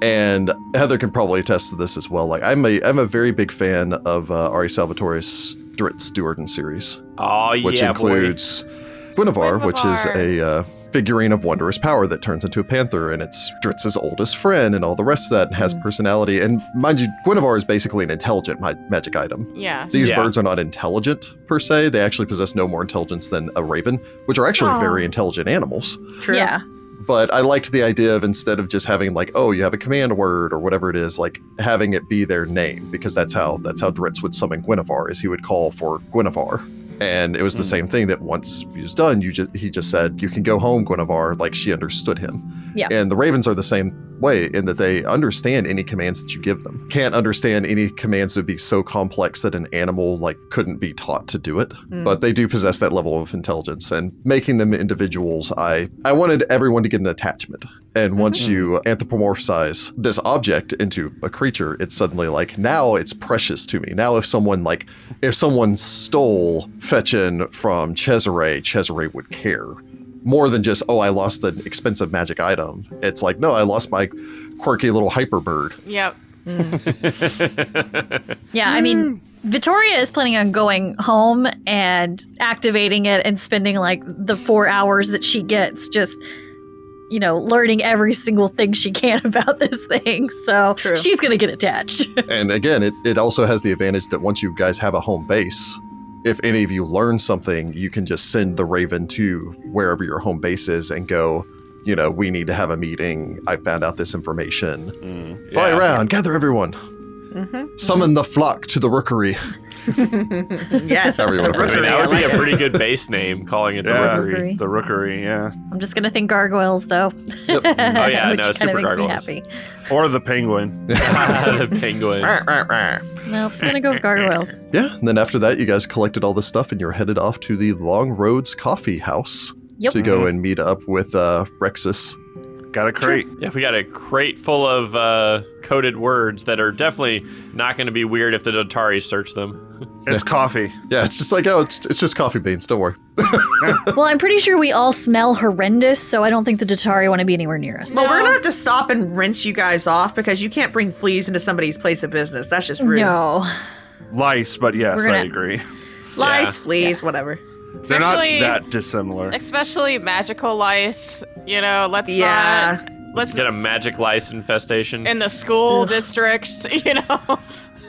[SPEAKER 1] And Heather can probably attest to this as well. Like I'm a I'm a very big fan of uh, Ari Salvatore's Drit Stewardin series.
[SPEAKER 4] Oh
[SPEAKER 1] which
[SPEAKER 4] yeah, boy.
[SPEAKER 1] includes Guinevar, which is
[SPEAKER 6] Guinevere.
[SPEAKER 1] a uh, figurine of wondrous power that turns into a panther, and it's Dritz's oldest friend, and all the rest of that, and has
[SPEAKER 4] Mm-hmm.
[SPEAKER 1] personality. And mind you, Guinevere is basically an intelligent ma- magic item.
[SPEAKER 6] Yeah.
[SPEAKER 1] These
[SPEAKER 4] Yeah.
[SPEAKER 1] birds are not intelligent per se; they actually possess no more intelligence than a raven, which are actually
[SPEAKER 6] Aw.
[SPEAKER 1] very intelligent animals
[SPEAKER 3] True.
[SPEAKER 2] Yeah.
[SPEAKER 1] but I liked the idea of instead of just having like, oh, you have a command word or whatever it is, like having it be their name because that's how that's how Dritz would summon Guinevere is he would call for Guinevere. And it was the
[SPEAKER 5] Hmm.
[SPEAKER 1] same thing that once he was done, you just he just said, You can go home, Guinevere, like she understood him.
[SPEAKER 2] Yeah.
[SPEAKER 1] And the Ravens are the same way in that they understand any commands that you give them. Can't understand any commands that would be so complex that an animal like couldn't be taught to do it
[SPEAKER 3] Mm.
[SPEAKER 1] but they do possess that level of intelligence and making them individuals i i wanted everyone to get an attachment and once you anthropomorphize this object into a creature it's suddenly like now it's precious to me now if someone like if someone stole fetchin from cesare cesare would care more than just oh i lost an expensive magic item it's like no i lost my quirky little hyper bird
[SPEAKER 6] Yep.
[SPEAKER 2] Yeah, I mean, Vittoria is planning on going home and activating it and spending like the four hours that she gets just, you know, learning every single thing she can about this thing. So
[SPEAKER 3] True.
[SPEAKER 2] she's going to get attached.
[SPEAKER 1] And again, it, it also has the advantage that once you guys have a home base, if any of you learn something, you can just send the raven to wherever your home base is and go, you know, we need to have a meeting. I found out this information.
[SPEAKER 5] Mm.
[SPEAKER 1] Fly
[SPEAKER 5] Yeah.
[SPEAKER 1] around, gather everyone,
[SPEAKER 3] Mhm.
[SPEAKER 1] summon the flock to the rookery.
[SPEAKER 3] yes.
[SPEAKER 1] Everyone
[SPEAKER 3] The
[SPEAKER 4] I mean,
[SPEAKER 3] rookery,
[SPEAKER 4] that would
[SPEAKER 3] I like
[SPEAKER 4] be a
[SPEAKER 3] it.
[SPEAKER 4] pretty good base name, calling it
[SPEAKER 5] Yeah.
[SPEAKER 4] the Rookery.
[SPEAKER 5] The rookery, yeah.
[SPEAKER 2] I'm just going to think gargoyles, though.
[SPEAKER 1] Yep.
[SPEAKER 2] Oh,
[SPEAKER 4] yeah,
[SPEAKER 2] Which
[SPEAKER 4] no,
[SPEAKER 2] kind
[SPEAKER 4] super
[SPEAKER 2] of makes
[SPEAKER 4] gargoyles.
[SPEAKER 2] me happy.
[SPEAKER 5] Or the penguin.
[SPEAKER 4] the penguin.
[SPEAKER 2] No, I'm going to go with gargoyles.
[SPEAKER 1] yeah. And then after that, you guys collected all this stuff and you're headed off to the Long Roads Coffee House
[SPEAKER 2] Yep.
[SPEAKER 1] to go and meet up with uh, Rexus.
[SPEAKER 5] Got a crate.
[SPEAKER 4] Yeah, we got a crate full of uh, coded words that are definitely not going to be weird if the Dotari search them.
[SPEAKER 5] It's coffee.
[SPEAKER 1] Yeah, it's just like, oh, it's, it's just coffee beans. Don't worry.
[SPEAKER 2] Well, I'm pretty sure we all smell horrendous, so I don't think the Datari want to be anywhere near us.
[SPEAKER 3] Well, we're gonna have to stop and rinse you guys off because you can't bring fleas into somebody's place of business. That's just rude.
[SPEAKER 2] No.
[SPEAKER 5] Lice, but yes,
[SPEAKER 2] We're gonna-
[SPEAKER 5] I agree.
[SPEAKER 3] Lice, fleas, whatever.
[SPEAKER 5] They're not
[SPEAKER 6] Especially-
[SPEAKER 5] that dissimilar.
[SPEAKER 6] Especially magical lice. You know, let's
[SPEAKER 3] Yeah.
[SPEAKER 6] not. Let's
[SPEAKER 4] Get a magic lice infestation.
[SPEAKER 6] in the school district. You know.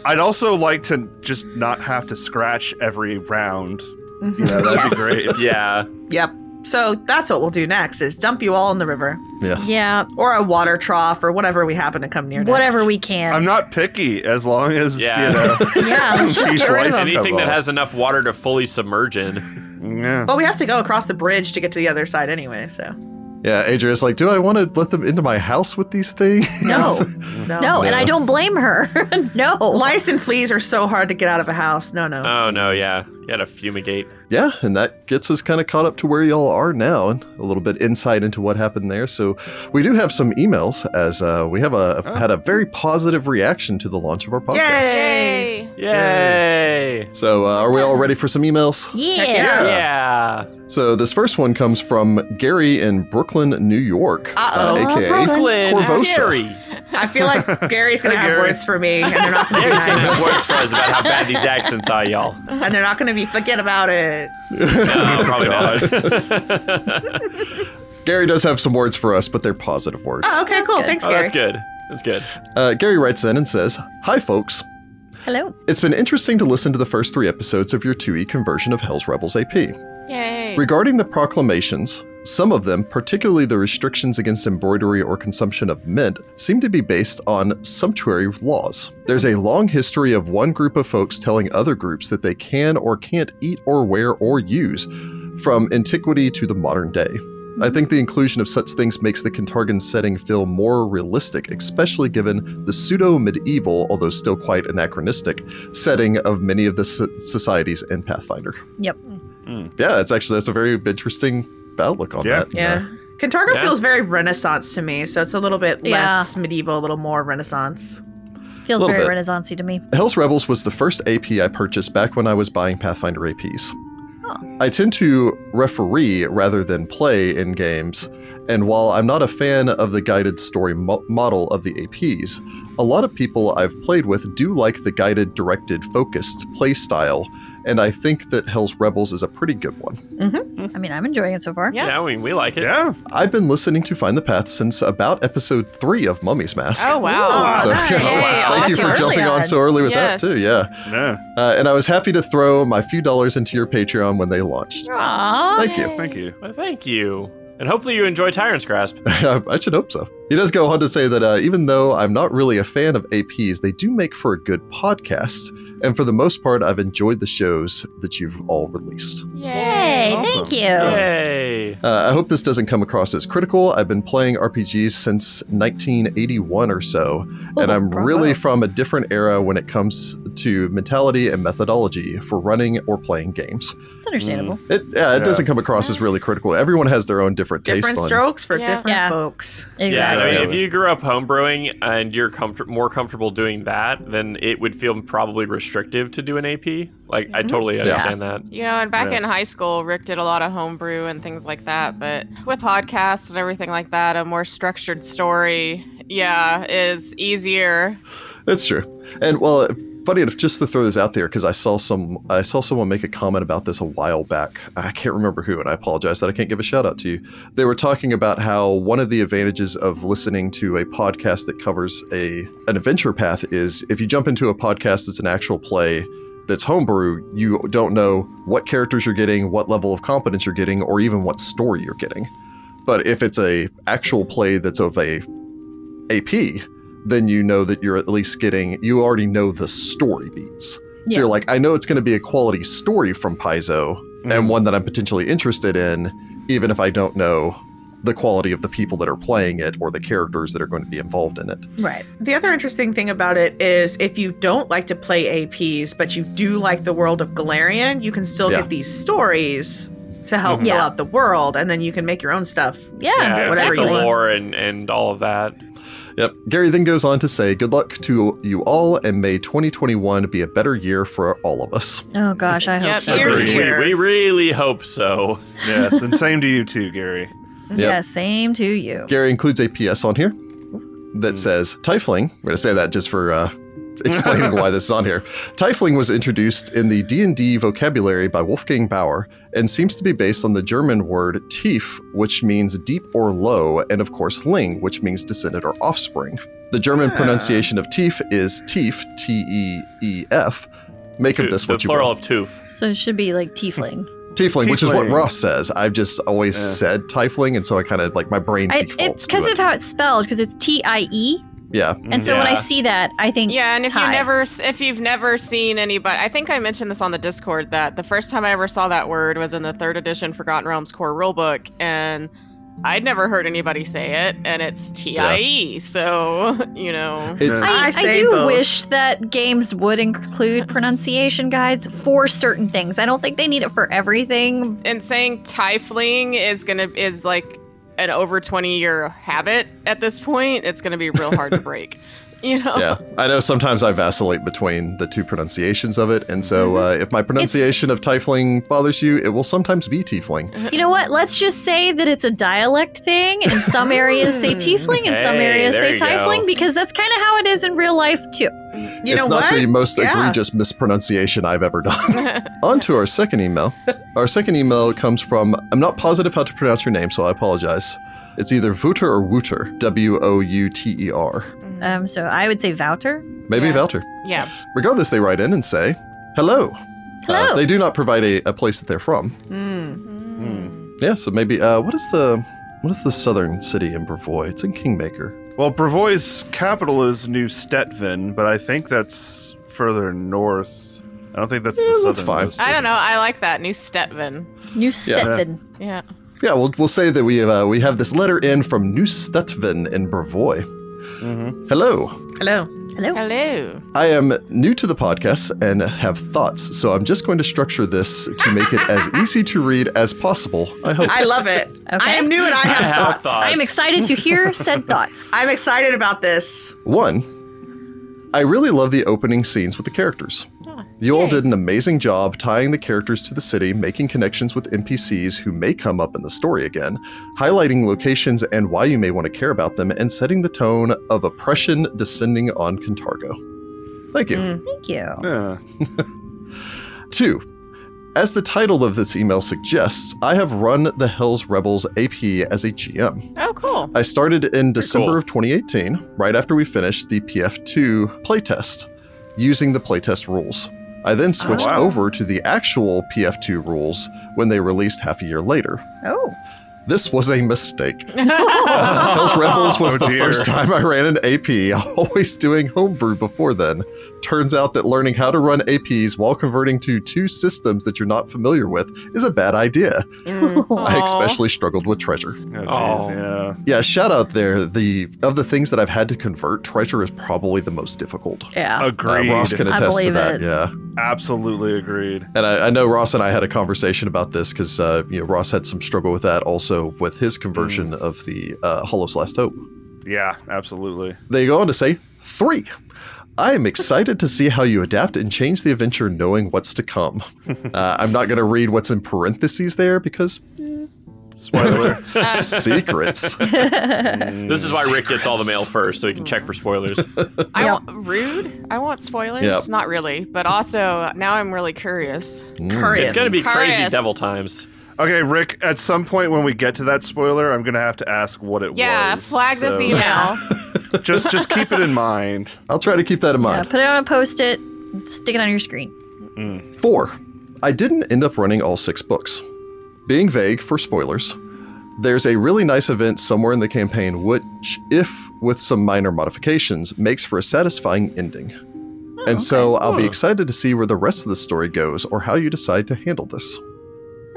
[SPEAKER 5] I'd also like to just not have to scratch every round.
[SPEAKER 2] Mm-hmm.
[SPEAKER 5] Yeah, that'd be great.
[SPEAKER 4] yeah.
[SPEAKER 3] Yep. So that's what we'll do next is dump you all in the river
[SPEAKER 1] Yes.
[SPEAKER 2] Yeah.
[SPEAKER 3] or a water trough or whatever we happen to come near. next.
[SPEAKER 2] Whatever we can.
[SPEAKER 5] I'm not picky as long as
[SPEAKER 4] Yeah.
[SPEAKER 5] you know.
[SPEAKER 2] yeah, let's just
[SPEAKER 5] She's
[SPEAKER 2] get rid of
[SPEAKER 5] licensed.
[SPEAKER 2] them.
[SPEAKER 4] Anything that
[SPEAKER 5] Well.
[SPEAKER 4] has enough water to fully submerge in.
[SPEAKER 5] Yeah.
[SPEAKER 3] Well, we have to go across the bridge to get to the other side anyway. So
[SPEAKER 1] Yeah, Adrian's like, do I want to let them into my house with these things?
[SPEAKER 3] no, no.
[SPEAKER 2] No, and I don't blame her. no.
[SPEAKER 3] Lice and fleas are so hard to get out of a house. No, no.
[SPEAKER 4] Oh no, yeah. You got to fumigate.
[SPEAKER 1] yeah, and that gets us kind of caught up to where y'all are now and a little bit insight into what happened there. So we do have some emails as uh, we have a, had a very positive reaction to the launch of our podcast.
[SPEAKER 3] Yay.
[SPEAKER 4] Yay!
[SPEAKER 1] So uh, are we all ready for some emails?
[SPEAKER 2] yeah.
[SPEAKER 4] Yeah.
[SPEAKER 1] So this first one comes from Gary in Brooklyn, New York, uh,
[SPEAKER 3] Uh-oh.
[SPEAKER 1] aka
[SPEAKER 4] Brooklyn.
[SPEAKER 1] Corvosa.
[SPEAKER 4] Gary.
[SPEAKER 3] I feel like Gary's gonna
[SPEAKER 5] Hey,
[SPEAKER 3] have
[SPEAKER 5] Gary.
[SPEAKER 3] words for me, and they're not gonna be
[SPEAKER 4] Gary's gonna have
[SPEAKER 3] nice,
[SPEAKER 4] words for us about how bad these accents are, y'all.
[SPEAKER 1] Oh,
[SPEAKER 3] and they're not gonna be forget about it.
[SPEAKER 4] No, probably not.
[SPEAKER 1] Gary does have some words for us, but they're positive words.
[SPEAKER 3] Oh, okay, cool.
[SPEAKER 2] good.
[SPEAKER 3] Thanks,
[SPEAKER 4] Oh,
[SPEAKER 3] Gary.
[SPEAKER 4] that's good. That's good.
[SPEAKER 1] Uh, Gary writes in and says, "Hi, folks.
[SPEAKER 2] Hello.
[SPEAKER 1] It's been interesting to listen to the first three episodes of your 2E conversion of Hell's Rebels AP.
[SPEAKER 6] Yay.
[SPEAKER 1] Regarding the proclamations, some of them, particularly the restrictions against embroidery or consumption of mint, seem to be based on sumptuary laws. There's a long history of one group of folks telling other groups that they can or can't eat or wear or use, from antiquity to the modern day. I think the inclusion of such things makes the Cantargan setting feel more realistic, especially given the pseudo medieval, although still quite anachronistic, setting of many of the so- societies in Pathfinder
[SPEAKER 2] Yep.
[SPEAKER 1] yeah, that's actually that's a very interesting outlook on
[SPEAKER 5] Yeah.
[SPEAKER 1] that.
[SPEAKER 3] Yeah. Cantargo
[SPEAKER 4] Yeah.
[SPEAKER 3] feels very Renaissance to me, so it's a little bit
[SPEAKER 2] Yeah.
[SPEAKER 3] less medieval, a little more Renaissance.
[SPEAKER 2] Feels
[SPEAKER 1] Little
[SPEAKER 2] very
[SPEAKER 1] bit.
[SPEAKER 2] renaissancey to me.
[SPEAKER 1] Uh, Hell's Rebels was the first AP I purchased back when I was buying Pathfinder APs. I tend to referee rather than play in games, and while I'm not a fan of the guided story mo- model of the APs, a lot of people I've played with do like the guided, directed, focused play style, and I think that Hell's Rebels is a pretty good one.
[SPEAKER 2] I mean, I'm enjoying it so far.
[SPEAKER 6] Yeah.
[SPEAKER 4] Yeah, I mean, we like it.
[SPEAKER 5] Yeah.
[SPEAKER 1] I've been listening to Find the Path since about episode three of Mummy's Mask.
[SPEAKER 6] Oh wow.
[SPEAKER 3] Ooh.
[SPEAKER 1] So,
[SPEAKER 3] nice.
[SPEAKER 1] thank you for
[SPEAKER 2] Awesome.
[SPEAKER 1] jumping
[SPEAKER 2] Early
[SPEAKER 1] on
[SPEAKER 2] on.
[SPEAKER 1] so early with
[SPEAKER 6] Yes.
[SPEAKER 1] that too. Yeah,
[SPEAKER 5] Yeah.
[SPEAKER 1] uh, and I was happy to throw my few dollars into your Patreon when they launched.
[SPEAKER 2] Aww.
[SPEAKER 1] Thank you.
[SPEAKER 5] Thank you.
[SPEAKER 4] Well, thank you. And hopefully you enjoy Tyrant's Grasp.
[SPEAKER 1] I I should hope so. He does go on to say that uh, even though I'm not really a fan of APs, they do make for a good podcast. And for the most part, I've enjoyed the shows that you've all released.
[SPEAKER 2] Yay, thank
[SPEAKER 5] Awesome.
[SPEAKER 2] you.
[SPEAKER 4] Yay.
[SPEAKER 1] Uh, I hope this doesn't come across as critical. I've been playing RPGs since 1981 or so, and I'm
[SPEAKER 2] bravo.
[SPEAKER 1] really from a different era when it comes to mentality and methodology for running or playing games.
[SPEAKER 2] It's understandable.
[SPEAKER 1] It, yeah, it
[SPEAKER 5] Yeah.
[SPEAKER 1] doesn't come across as really critical. Everyone has their own different,
[SPEAKER 3] Different
[SPEAKER 1] taste. on
[SPEAKER 3] strokes for
[SPEAKER 6] Yeah.
[SPEAKER 3] different
[SPEAKER 2] Yeah.
[SPEAKER 3] folks.
[SPEAKER 4] Yeah, and
[SPEAKER 2] Exactly.
[SPEAKER 4] I mean, if
[SPEAKER 1] Exactly.
[SPEAKER 4] you grew up homebrewing and you're comfort- more comfortable doing that, then it would feel probably restrictive to do an AP. Like, I totally understand that.
[SPEAKER 6] You know, and back
[SPEAKER 5] Yeah.
[SPEAKER 6] in high school, Rick did a lot of homebrew and things like that. But with podcasts and everything like that, a more structured story, yeah, is easier.
[SPEAKER 1] That's true. And well, funny enough, just to throw this out there, because I saw some, I saw someone make a comment about this a while back. I can't remember who, and I apologize that I can't give a shout out to you. They were talking about how one of the advantages of listening to a podcast that covers a an adventure path is if you jump into a podcast that's an actual play. That's homebrew, you don't know what characters you're getting, what level of competence you're getting, or even what story you're getting. But if it's a actual play that's of a AP, then you know that you're at least getting you already know the story beats. So
[SPEAKER 2] Yeah.
[SPEAKER 1] you're like, I know it's going to be a quality story from Paizo and one that I'm potentially interested in, even if I don't know the quality of the people that are playing it or the characters that are going to be involved in it.
[SPEAKER 2] right.
[SPEAKER 3] The other interesting thing about it is if you don't like to play APs, but you do like the world of Galarian, you can still
[SPEAKER 1] Yeah.
[SPEAKER 3] get these stories to help
[SPEAKER 2] Mhm.
[SPEAKER 3] fill
[SPEAKER 2] Yeah.
[SPEAKER 3] out the world, and then you can make your own stuff.
[SPEAKER 2] Yeah.
[SPEAKER 4] Yeah, it's
[SPEAKER 3] whatever
[SPEAKER 4] like
[SPEAKER 3] you
[SPEAKER 4] the
[SPEAKER 3] want.
[SPEAKER 4] lore and, and all of that.
[SPEAKER 1] Yep. Gary then goes on to say, Good luck to you all, and may 2021 be a better year for all of us.
[SPEAKER 2] Oh gosh, I hope
[SPEAKER 6] Yep.
[SPEAKER 2] so.
[SPEAKER 3] Here,
[SPEAKER 4] We- we-
[SPEAKER 3] here.
[SPEAKER 4] We, really hope so.
[SPEAKER 5] Yes, and same to you too, Gary.
[SPEAKER 2] Yeah, same to you.
[SPEAKER 1] Gary includes a PS on here that says Tifling. I'm going to say that just for uh, explaining why this is on here. Tifling was introduced in the D&D vocabulary by Wolfgang Bauer and seems to be based on the German word tief, which means deep or low, and of course ling, which means descendant or offspring. The German
[SPEAKER 3] Ah.
[SPEAKER 1] pronunciation of tief is tief, T E E F. Make of
[SPEAKER 4] Toof-
[SPEAKER 1] this
[SPEAKER 4] the
[SPEAKER 1] what you
[SPEAKER 4] plural
[SPEAKER 1] will.
[SPEAKER 4] of toof.
[SPEAKER 2] So it should be like tiefling.
[SPEAKER 1] Tiefling, which is what
[SPEAKER 5] Tiefling.
[SPEAKER 1] Ross says. I've just always
[SPEAKER 5] Yeah.
[SPEAKER 1] said Tifling, and so I kind of like my brain
[SPEAKER 2] I,
[SPEAKER 1] defaults
[SPEAKER 2] it's
[SPEAKER 1] to
[SPEAKER 2] because
[SPEAKER 1] it.
[SPEAKER 2] of how it's spelled, because it's T I E.
[SPEAKER 1] yeah.
[SPEAKER 2] And so when I
[SPEAKER 4] Mm, Yeah.
[SPEAKER 2] see that, I think
[SPEAKER 6] Yeah, and if you
[SPEAKER 2] Tie.
[SPEAKER 6] never, s- if you've never seen anybody, I think I mentioned this on the Discord that the first time I ever saw that word was in the third edition Forgotten Realms core rulebook, and I'd never heard anybody say it, and it's T I E. So you know,
[SPEAKER 1] It's
[SPEAKER 5] Yeah.
[SPEAKER 2] I,
[SPEAKER 3] I
[SPEAKER 2] I
[SPEAKER 3] say
[SPEAKER 2] do
[SPEAKER 3] both.
[SPEAKER 2] wish that games would include pronunciation guides for certain things. I don't think they need it for everything.
[SPEAKER 6] and saying Tifling is gonna is like an over twenty year habit at this point. It's gonna be real hard to break. You know,
[SPEAKER 1] yeah, I know sometimes I vacillate between the two pronunciations of it, and so uh, if my pronunciation of Tifling bothers you, it will sometimes be Tiefling.
[SPEAKER 2] You know what? Let's just say that it's a dialect thing, and some areas say tiefling and some
[SPEAKER 4] Hey,
[SPEAKER 2] areas
[SPEAKER 4] there
[SPEAKER 2] say
[SPEAKER 4] you go.
[SPEAKER 2] tiefling because that's kind of how it is in real life too.
[SPEAKER 3] You
[SPEAKER 1] it's
[SPEAKER 3] know
[SPEAKER 1] not
[SPEAKER 3] what?
[SPEAKER 1] the most
[SPEAKER 3] Yeah.
[SPEAKER 1] egregious mispronunciation I've ever done. On to our second email. Our second email comes from I'm not positive how to pronounce your name, so I apologize. It's either Vouter or Wouter, W O U T E R.
[SPEAKER 2] Um, so I would say Vouter.
[SPEAKER 1] Maybe
[SPEAKER 6] Yeah.
[SPEAKER 1] Vouter.
[SPEAKER 6] yeah.
[SPEAKER 1] Regardless, they write in and say, hello.
[SPEAKER 2] Hello.
[SPEAKER 1] Uh, they do not provide a, a place that they're from. Yeah, so maybe, uh, what is the. What is the southern city in Brevoy? It's in Kingmaker.
[SPEAKER 5] Well, Brevoy's capital is New Stettin, but I think that's further north. I don't think that's
[SPEAKER 1] Yeah,
[SPEAKER 5] the
[SPEAKER 1] that's
[SPEAKER 5] southernmost
[SPEAKER 1] fine.
[SPEAKER 6] I
[SPEAKER 5] city.
[SPEAKER 6] don't know. I like that new Stetvin.
[SPEAKER 2] New Stefan.
[SPEAKER 6] Yeah.
[SPEAKER 1] Yeah, we'll, we'll say that we uh, we have this letter in from Newstetven in Brevoy. Hello,
[SPEAKER 3] Hello.
[SPEAKER 2] Hello.
[SPEAKER 6] Hello.
[SPEAKER 1] I am new to the podcast and have thoughts, so I'm just going to structure this to make it as easy to read as possible. I hope.
[SPEAKER 3] I love it. I am new and I have,
[SPEAKER 4] have
[SPEAKER 3] thoughts.
[SPEAKER 4] thoughts.
[SPEAKER 2] I am excited to hear said thoughts.
[SPEAKER 3] I'm excited about this.
[SPEAKER 1] One, I really love the opening scenes with the characters. You all did an amazing job tying the characters to the city, making connections with NPCs who may come up in the story again, highlighting locations and why you may want to care about them, and setting the tone of oppression descending on Cantargo. Thank you.
[SPEAKER 2] Thank you.
[SPEAKER 5] Yeah.
[SPEAKER 1] Two, as the title of this email suggests, I have run the Hell's Rebels AP as a GM.
[SPEAKER 6] Oh, cool.
[SPEAKER 1] I started in December
[SPEAKER 4] cool.
[SPEAKER 1] of 2018, right after we finished the PF2 playtest, using the playtest rules. I then switched
[SPEAKER 5] Oh, wow.
[SPEAKER 1] over to the actual PF2 rules when they released half a year later.
[SPEAKER 2] Oh.
[SPEAKER 1] This was a mistake. Hell's Rebels was
[SPEAKER 5] Oh,
[SPEAKER 1] the
[SPEAKER 5] dear.
[SPEAKER 1] first time I ran an AP, always doing homebrew before then. Turns out that learning how to run APs while converting to two systems that you're not familiar with is a bad idea. I
[SPEAKER 6] Aw.
[SPEAKER 1] especially struggled with treasure.
[SPEAKER 5] Oh, jeez,
[SPEAKER 4] Oh.
[SPEAKER 5] yeah.
[SPEAKER 1] Yeah, shout out there. The of the things that I've had to convert, treasure is probably the most difficult.
[SPEAKER 2] Yeah.
[SPEAKER 1] Uh,
[SPEAKER 5] Agreed.
[SPEAKER 1] Ross can
[SPEAKER 2] I
[SPEAKER 1] attest to
[SPEAKER 2] believe
[SPEAKER 1] that.
[SPEAKER 2] it.
[SPEAKER 1] Yeah,
[SPEAKER 5] Absolutely agreed.
[SPEAKER 1] and I, I know Ross and I had a conversation about this because uh, you know Ross had some struggle with that also with his conversion of the uh, Hollow's Last Hope.
[SPEAKER 5] Yeah, absolutely.
[SPEAKER 1] They go on to say three. I am excited to see how you adapt and change the adventure, knowing what's to come. Uh, I'm not going to read what's in parentheses there because
[SPEAKER 5] Spoiler.
[SPEAKER 1] secrets.
[SPEAKER 4] This is why Rick gets all the mail first, so he can check for spoilers.
[SPEAKER 6] I
[SPEAKER 2] Yeah.
[SPEAKER 6] want rude. I want spoilers.
[SPEAKER 1] Yep.
[SPEAKER 6] Not really, but also now I'm really curious.
[SPEAKER 4] it's going to be crazy
[SPEAKER 6] Curious.
[SPEAKER 4] devil times.
[SPEAKER 5] okay, Rick, at some point when we get to that spoiler, I'm going to have to ask what it
[SPEAKER 6] Yeah,
[SPEAKER 5] was.
[SPEAKER 6] flag this
[SPEAKER 5] so
[SPEAKER 6] email. Oh,
[SPEAKER 5] just just keep it in mind.
[SPEAKER 1] I'll try to keep that in
[SPEAKER 2] Yeah,
[SPEAKER 1] mind.
[SPEAKER 2] Uh, put it on a post it, stick it on your screen.
[SPEAKER 1] Four, I didn't end up running all six books. Being vague for spoilers, there's a really nice event somewhere in the campaign which, if with some minor modifications, makes for a satisfying ending.
[SPEAKER 2] Oh,
[SPEAKER 1] and so I'll be
[SPEAKER 4] Huh.
[SPEAKER 1] excited to see where the rest of the story goes or how you decide to handle this.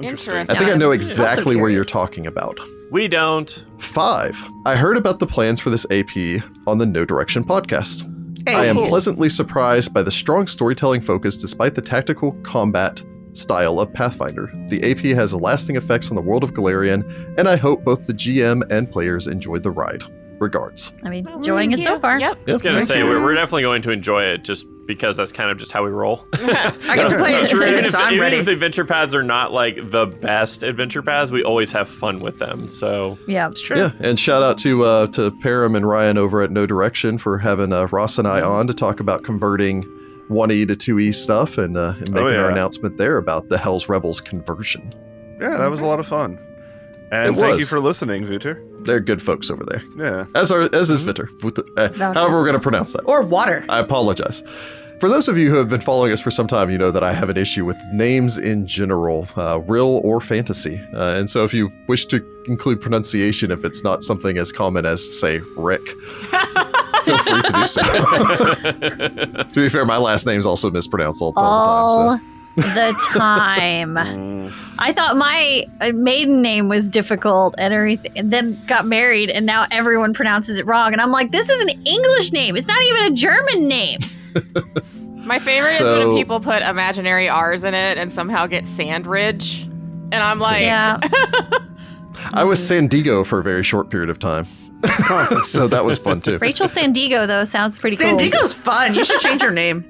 [SPEAKER 6] Interesting.
[SPEAKER 1] I think I know
[SPEAKER 2] I'm
[SPEAKER 1] exactly where you're
[SPEAKER 2] curious.
[SPEAKER 1] talking about.
[SPEAKER 4] We don't.
[SPEAKER 1] Five, I heard about the plans for this AP on the No Direction podcast. I am
[SPEAKER 3] cool.
[SPEAKER 1] pleasantly surprised by the strong storytelling focus despite the tactical combat style of Pathfinder. The AP has lasting effects on the world of Galarian, and I hope both the GM and players enjoyed the ride. Regards.
[SPEAKER 2] I'm
[SPEAKER 6] Oh,
[SPEAKER 2] enjoying
[SPEAKER 6] thank
[SPEAKER 2] it so
[SPEAKER 6] you.
[SPEAKER 2] far.
[SPEAKER 6] Yep.
[SPEAKER 4] I was going to
[SPEAKER 1] Thank
[SPEAKER 4] say,
[SPEAKER 1] you.
[SPEAKER 4] we're, we're definitely going to enjoy it just because that's kind of just how we roll.
[SPEAKER 3] I get to play a
[SPEAKER 4] even
[SPEAKER 3] druid,
[SPEAKER 4] if,
[SPEAKER 3] so I'm
[SPEAKER 4] even
[SPEAKER 3] ready.
[SPEAKER 4] if the adventure paths are not like the best adventure paths, we always have fun with them. So
[SPEAKER 2] Yeah.
[SPEAKER 3] It's true.
[SPEAKER 1] Yeah, and shout out to uh, to Param and Ryan over at No Direction for having uh, Ross and I on to talk about converting 1E to 2E stuff and, uh, and making
[SPEAKER 5] Oh, yeah.
[SPEAKER 1] our announcement there about the Hell's Rebels conversion.
[SPEAKER 5] Yeah, that was a lot of fun. And
[SPEAKER 1] It
[SPEAKER 5] thank you
[SPEAKER 1] was.
[SPEAKER 5] for listening, Vooter.
[SPEAKER 1] They're good folks over there,
[SPEAKER 5] Yeah.
[SPEAKER 1] as are as is Vitter, uh,
[SPEAKER 2] Vouter.
[SPEAKER 1] however we're going to pronounce that.
[SPEAKER 3] Or water.
[SPEAKER 1] I apologize. For those of you who have been following us for some time, you know that I have an issue with names in general, uh, real or fantasy. Uh, and so if you wish to include pronunciation, if it's not something as common as, say, Rick, feel free to do so. to be fair, my last name's also mispronounced all, all the
[SPEAKER 2] All
[SPEAKER 1] time.
[SPEAKER 2] the time. I thought my uh, maiden name was difficult and everything, and then got married, and now everyone pronounces it wrong. And I'm like, this is an English name. It's not even a German name.
[SPEAKER 6] My favorite is
[SPEAKER 1] So-
[SPEAKER 6] when people put imaginary R's in it and somehow get Sand Ridge. And I'm like,
[SPEAKER 2] Yeah.
[SPEAKER 1] So I was Sandigo for a very short period of time. so that was fun too.
[SPEAKER 2] Rachel Sandigo, though, sounds pretty cool.
[SPEAKER 3] Sandigo's fun. You should change your name.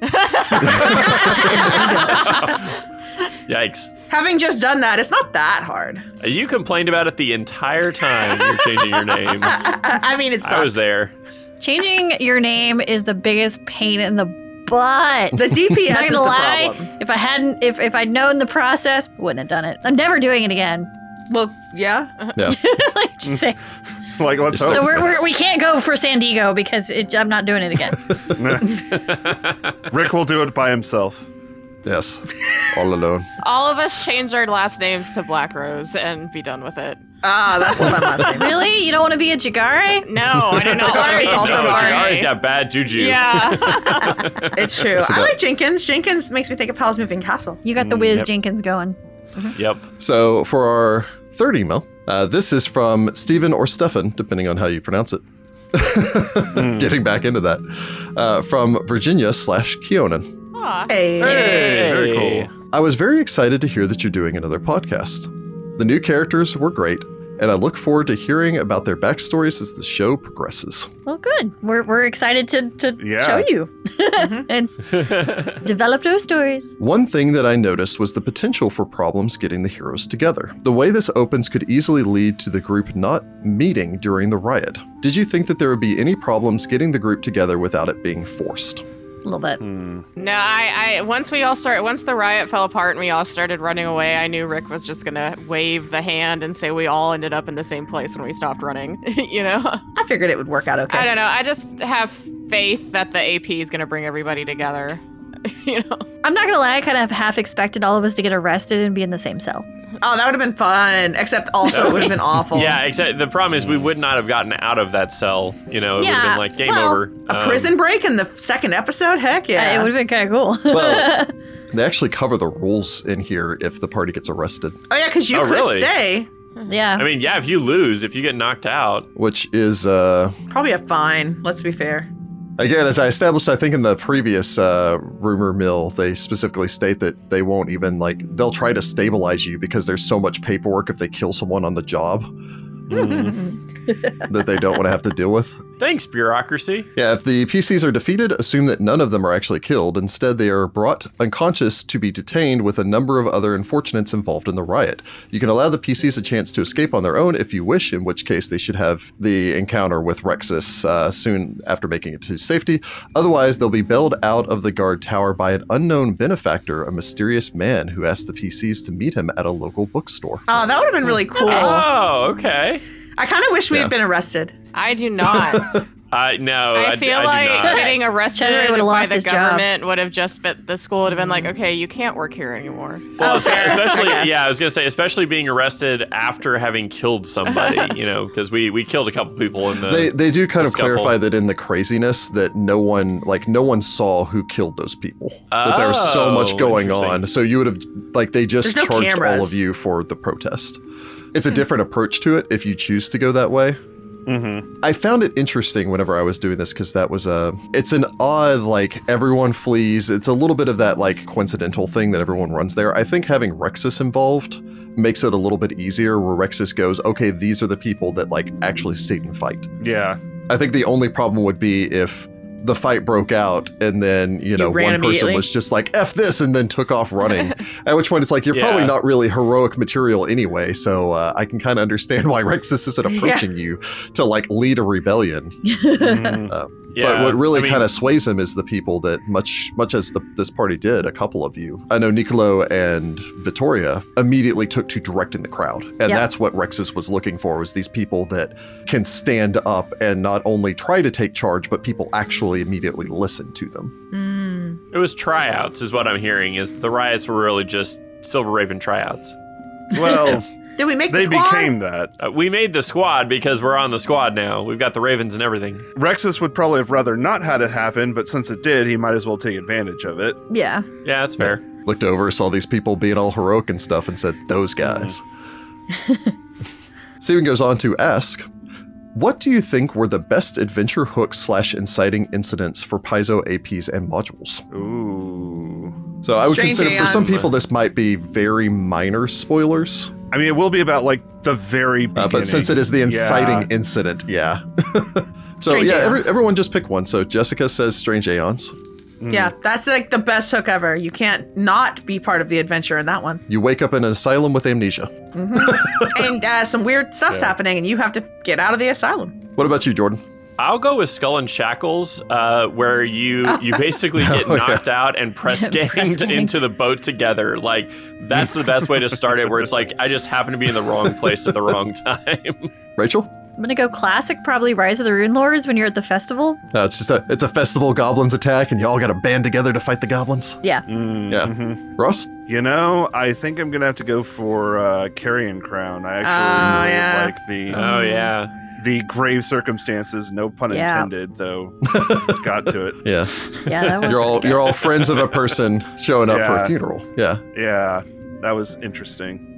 [SPEAKER 4] yikes.
[SPEAKER 3] Having just done that, it's not that hard.
[SPEAKER 4] You complained about it the entire time you're changing your name. I
[SPEAKER 3] I mean, it's
[SPEAKER 4] was there.
[SPEAKER 2] Changing your name is the biggest pain in the butt.
[SPEAKER 3] the DPS
[SPEAKER 2] Not gonna
[SPEAKER 3] is the
[SPEAKER 2] lie,
[SPEAKER 3] problem.
[SPEAKER 2] if I hadn't, if if I'd known the process, wouldn't have done it. I'm never doing it again.
[SPEAKER 3] Well, yeah.
[SPEAKER 1] Yeah.
[SPEAKER 2] like just say,
[SPEAKER 5] Like, let's
[SPEAKER 2] so
[SPEAKER 5] hope.
[SPEAKER 2] we're, we're, we can't go for San Diego because it, I'm not doing it again.
[SPEAKER 5] Rick will do it by himself.
[SPEAKER 1] Yes. All alone.
[SPEAKER 6] all of us change our last names to Black Rose and be done with it.
[SPEAKER 3] Ah, that's what my last name.
[SPEAKER 2] really, you don't want to be a Jagare?
[SPEAKER 6] No, I do not want to be
[SPEAKER 3] It's also
[SPEAKER 4] no,
[SPEAKER 3] fine.
[SPEAKER 4] Jagari's got bad juju.
[SPEAKER 6] Yeah.
[SPEAKER 3] It's true. I
[SPEAKER 1] about-
[SPEAKER 3] like Jenkins. Jenkins makes me think of Howl's Moving Castle.
[SPEAKER 2] You
[SPEAKER 4] Mm,
[SPEAKER 2] got the Wiz Jenkins going.
[SPEAKER 4] Yep.
[SPEAKER 1] So for our third email, uh, this is from Stephen or Stefan, depending on how you pronounce it. Getting back into that. Uh, from Virginia slash Keonan.
[SPEAKER 6] Aw.
[SPEAKER 3] Hey.
[SPEAKER 5] Hey, very
[SPEAKER 4] Hey.
[SPEAKER 5] cool.
[SPEAKER 1] I was very excited to hear that you're doing another podcast. The new characters were great, and I look forward to hearing about their backstories as the show progresses.
[SPEAKER 2] Well, good. We're, we're excited to, to
[SPEAKER 5] Yeah.
[SPEAKER 2] show you and develop those stories.
[SPEAKER 1] One thing that I noticed was the potential for problems getting the heroes together. The way this opens could easily lead to the group not meeting during the riot. Did you think that there would be any problems getting the group together without it being forced?
[SPEAKER 2] a little bit.
[SPEAKER 5] Hmm.
[SPEAKER 6] No, I, I once we all started once the riot fell apart and we all started running away, I knew Rick was just gonna wave the hand and say we all ended up in the same place when we stopped running. you know?
[SPEAKER 3] I figured it would work out okay.
[SPEAKER 6] I don't know. I just have faith that the AP is gonna bring everybody together. you know.
[SPEAKER 2] I'm not gonna lie, I kind of half expected all of us to get arrested and be in the same cell. Uh,
[SPEAKER 3] Oh, that would have been fun. Except also it would have been awful.
[SPEAKER 4] Yeah, except the problem is we would not have gotten out of that cell. You know, it would have
[SPEAKER 2] Yeah,
[SPEAKER 4] been like game
[SPEAKER 2] well,
[SPEAKER 4] over.
[SPEAKER 3] A
[SPEAKER 4] Um,
[SPEAKER 3] prison break in the second episode? Heck yeah.
[SPEAKER 2] Uh, it would have been kind of cool.
[SPEAKER 1] Well, they actually cover the rules in here if the party gets arrested,
[SPEAKER 3] oh yeah, because you
[SPEAKER 4] Oh,
[SPEAKER 3] could
[SPEAKER 4] really?
[SPEAKER 3] stay.
[SPEAKER 2] yeah.
[SPEAKER 4] I mean, yeah, if you lose, if you get knocked out,
[SPEAKER 1] which is uh,
[SPEAKER 3] Probably a fine. Let's be fair.
[SPEAKER 1] Again, as I established, I think in the previous uh, rumor mill, they specifically state that they won't even like they'll try to stabilize you because there's so much paperwork if they kill someone on the job that they don't want to have to deal with.
[SPEAKER 4] thanks bureaucracy.
[SPEAKER 1] Yeah, if the PCs are defeated, assume that none of them are actually killed. Instead, they are brought unconscious to be detained with a number of other unfortunates involved in the riot. You can allow the PCs a chance to escape on their own if you wish, in which case they should have the encounter with Rexus uh, soon after making it to safety. Otherwise, they'll be bailed out of the guard tower by an unknown benefactor, a mysterious man who asked the PCs to meet him at a local bookstore.
[SPEAKER 3] Oh, that would have been really cool.
[SPEAKER 4] Oh, okay.
[SPEAKER 3] I kind of wish we
[SPEAKER 1] Yeah.
[SPEAKER 3] had been arrested.
[SPEAKER 6] I do not.
[SPEAKER 4] I no, I,
[SPEAKER 6] I
[SPEAKER 4] d-
[SPEAKER 6] feel
[SPEAKER 4] I do
[SPEAKER 6] like
[SPEAKER 4] not.
[SPEAKER 6] getting
[SPEAKER 2] Cesare
[SPEAKER 6] arrested
[SPEAKER 2] would've
[SPEAKER 6] by
[SPEAKER 2] lost
[SPEAKER 6] the
[SPEAKER 2] his job.
[SPEAKER 6] government would have just been the school would have been like, okay, you can't work here anymore.
[SPEAKER 4] Well,
[SPEAKER 3] Okay.
[SPEAKER 4] especially
[SPEAKER 3] I guess.
[SPEAKER 4] yeah, I was gonna say, especially being arrested after having killed somebody, you know, because we we killed a couple people in the.
[SPEAKER 1] They, they do kind
[SPEAKER 4] the
[SPEAKER 1] of clarify
[SPEAKER 4] scuffle.
[SPEAKER 1] that in the craziness that no one like no one saw who killed those people. that there was so much
[SPEAKER 4] Oh,
[SPEAKER 1] going
[SPEAKER 4] interesting.
[SPEAKER 1] on. So you would have like they just
[SPEAKER 3] There's no
[SPEAKER 1] charged all
[SPEAKER 3] cameras.
[SPEAKER 1] of you for the protest. It's a different approach to it if you choose to go that way.
[SPEAKER 5] Mm-hmm.
[SPEAKER 1] I found it interesting whenever I was doing this because that was a. It's an odd like everyone flees. It's a little bit of that like coincidental thing that everyone runs there. I think having Rexus involved makes it a little bit easier where Rexus goes, okay, these are the people that like actually stayed and fight.
[SPEAKER 5] Yeah.
[SPEAKER 1] I think the only problem would be if the fight broke out and then, you know,
[SPEAKER 3] ran
[SPEAKER 1] one person
[SPEAKER 3] immediately.
[SPEAKER 1] was just like, F this, and then took off running. At which point it's like, you're probably
[SPEAKER 4] Yeah.
[SPEAKER 1] not really heroic material anyway. So uh, I can kind of understand why Rexus isn't
[SPEAKER 3] Yeah.
[SPEAKER 1] approaching you to like lead a rebellion.
[SPEAKER 5] Mhm.
[SPEAKER 4] yeah,
[SPEAKER 1] But what really
[SPEAKER 4] I mean,
[SPEAKER 1] kind of sways him is the people that, much much as the, this party did, a couple of you, I know Niccolo and Vittoria immediately took to directing the crowd, and
[SPEAKER 2] Yep.
[SPEAKER 1] that's what Rexus was looking for was these people that can stand up and not only try to take charge, but people actually immediately listen to them.
[SPEAKER 3] Mm.
[SPEAKER 4] it was tryouts, is what I'm hearing. Is the riots were really just Silver Raven tryouts.
[SPEAKER 5] Well,
[SPEAKER 3] Did we make the
[SPEAKER 5] they
[SPEAKER 3] squad?
[SPEAKER 5] became that.
[SPEAKER 4] Uh, we made the squad because we're on the squad now. We've got the Ravens and everything.
[SPEAKER 5] Rexus would probably have rather not had it happen, but since it did, he might as well take advantage of it.
[SPEAKER 2] yeah.
[SPEAKER 4] Yeah, that's fair.
[SPEAKER 1] Looked over, saw these people being all heroic and stuff, and said, "Those guys." Steven goes on to ask. What do you think were the best adventure hooks slash inciting incidents for Paizo APs and modules?
[SPEAKER 5] Ooh.
[SPEAKER 1] So I would
[SPEAKER 3] Strange
[SPEAKER 1] consider for some
[SPEAKER 3] Aeons.
[SPEAKER 1] people this might be very minor spoilers,
[SPEAKER 5] I mean, it will be about like the very
[SPEAKER 1] uh,
[SPEAKER 5] beginning.
[SPEAKER 1] but since it is the inciting incident, yeah. so
[SPEAKER 3] Strange
[SPEAKER 1] yeah, every,
[SPEAKER 3] Aeons.
[SPEAKER 1] everyone just pick one. So Jessica says Strange Aeons.
[SPEAKER 3] Yeah, that's like the best hook ever. You can't not be part of the adventure in that one.
[SPEAKER 1] You wake up in an asylum with amnesia.
[SPEAKER 3] and uh, some weird stuff's happening, and you have to get out of the asylum.
[SPEAKER 1] What about you, Jordan?
[SPEAKER 4] I'll go with Skull and Shackles, uh, where you you basically get
[SPEAKER 1] Oh, yeah.
[SPEAKER 4] knocked out and press
[SPEAKER 2] Press
[SPEAKER 4] ganged
[SPEAKER 2] ganged.
[SPEAKER 4] into the boat together. Like that's the best way to start it. Where it's like I just happen to be in the wrong place at the wrong time.
[SPEAKER 1] Rachel?
[SPEAKER 2] I'm gonna go classic, probably Rise of the Rune Lords when you're at the festival.
[SPEAKER 1] Uh, it's just a it's a festival goblins attack, and y'all got to band together to fight the goblins.
[SPEAKER 2] Yeah.
[SPEAKER 1] Yeah. Ross?
[SPEAKER 5] Mm-hmm. You know, I think I'm gonna have to go for uh, Carrion Crown. I
[SPEAKER 3] Oh,
[SPEAKER 5] actually
[SPEAKER 3] yeah.
[SPEAKER 5] like the
[SPEAKER 4] oh yeah,
[SPEAKER 5] the grave circumstances. No pun
[SPEAKER 2] Yeah.
[SPEAKER 5] intended, though. got to it.
[SPEAKER 1] Yeah.
[SPEAKER 2] Yeah, that was
[SPEAKER 1] You're all you're all friends of a person showing up for
[SPEAKER 5] Yeah.
[SPEAKER 1] a funeral. Yeah.
[SPEAKER 5] Yeah, that was interesting.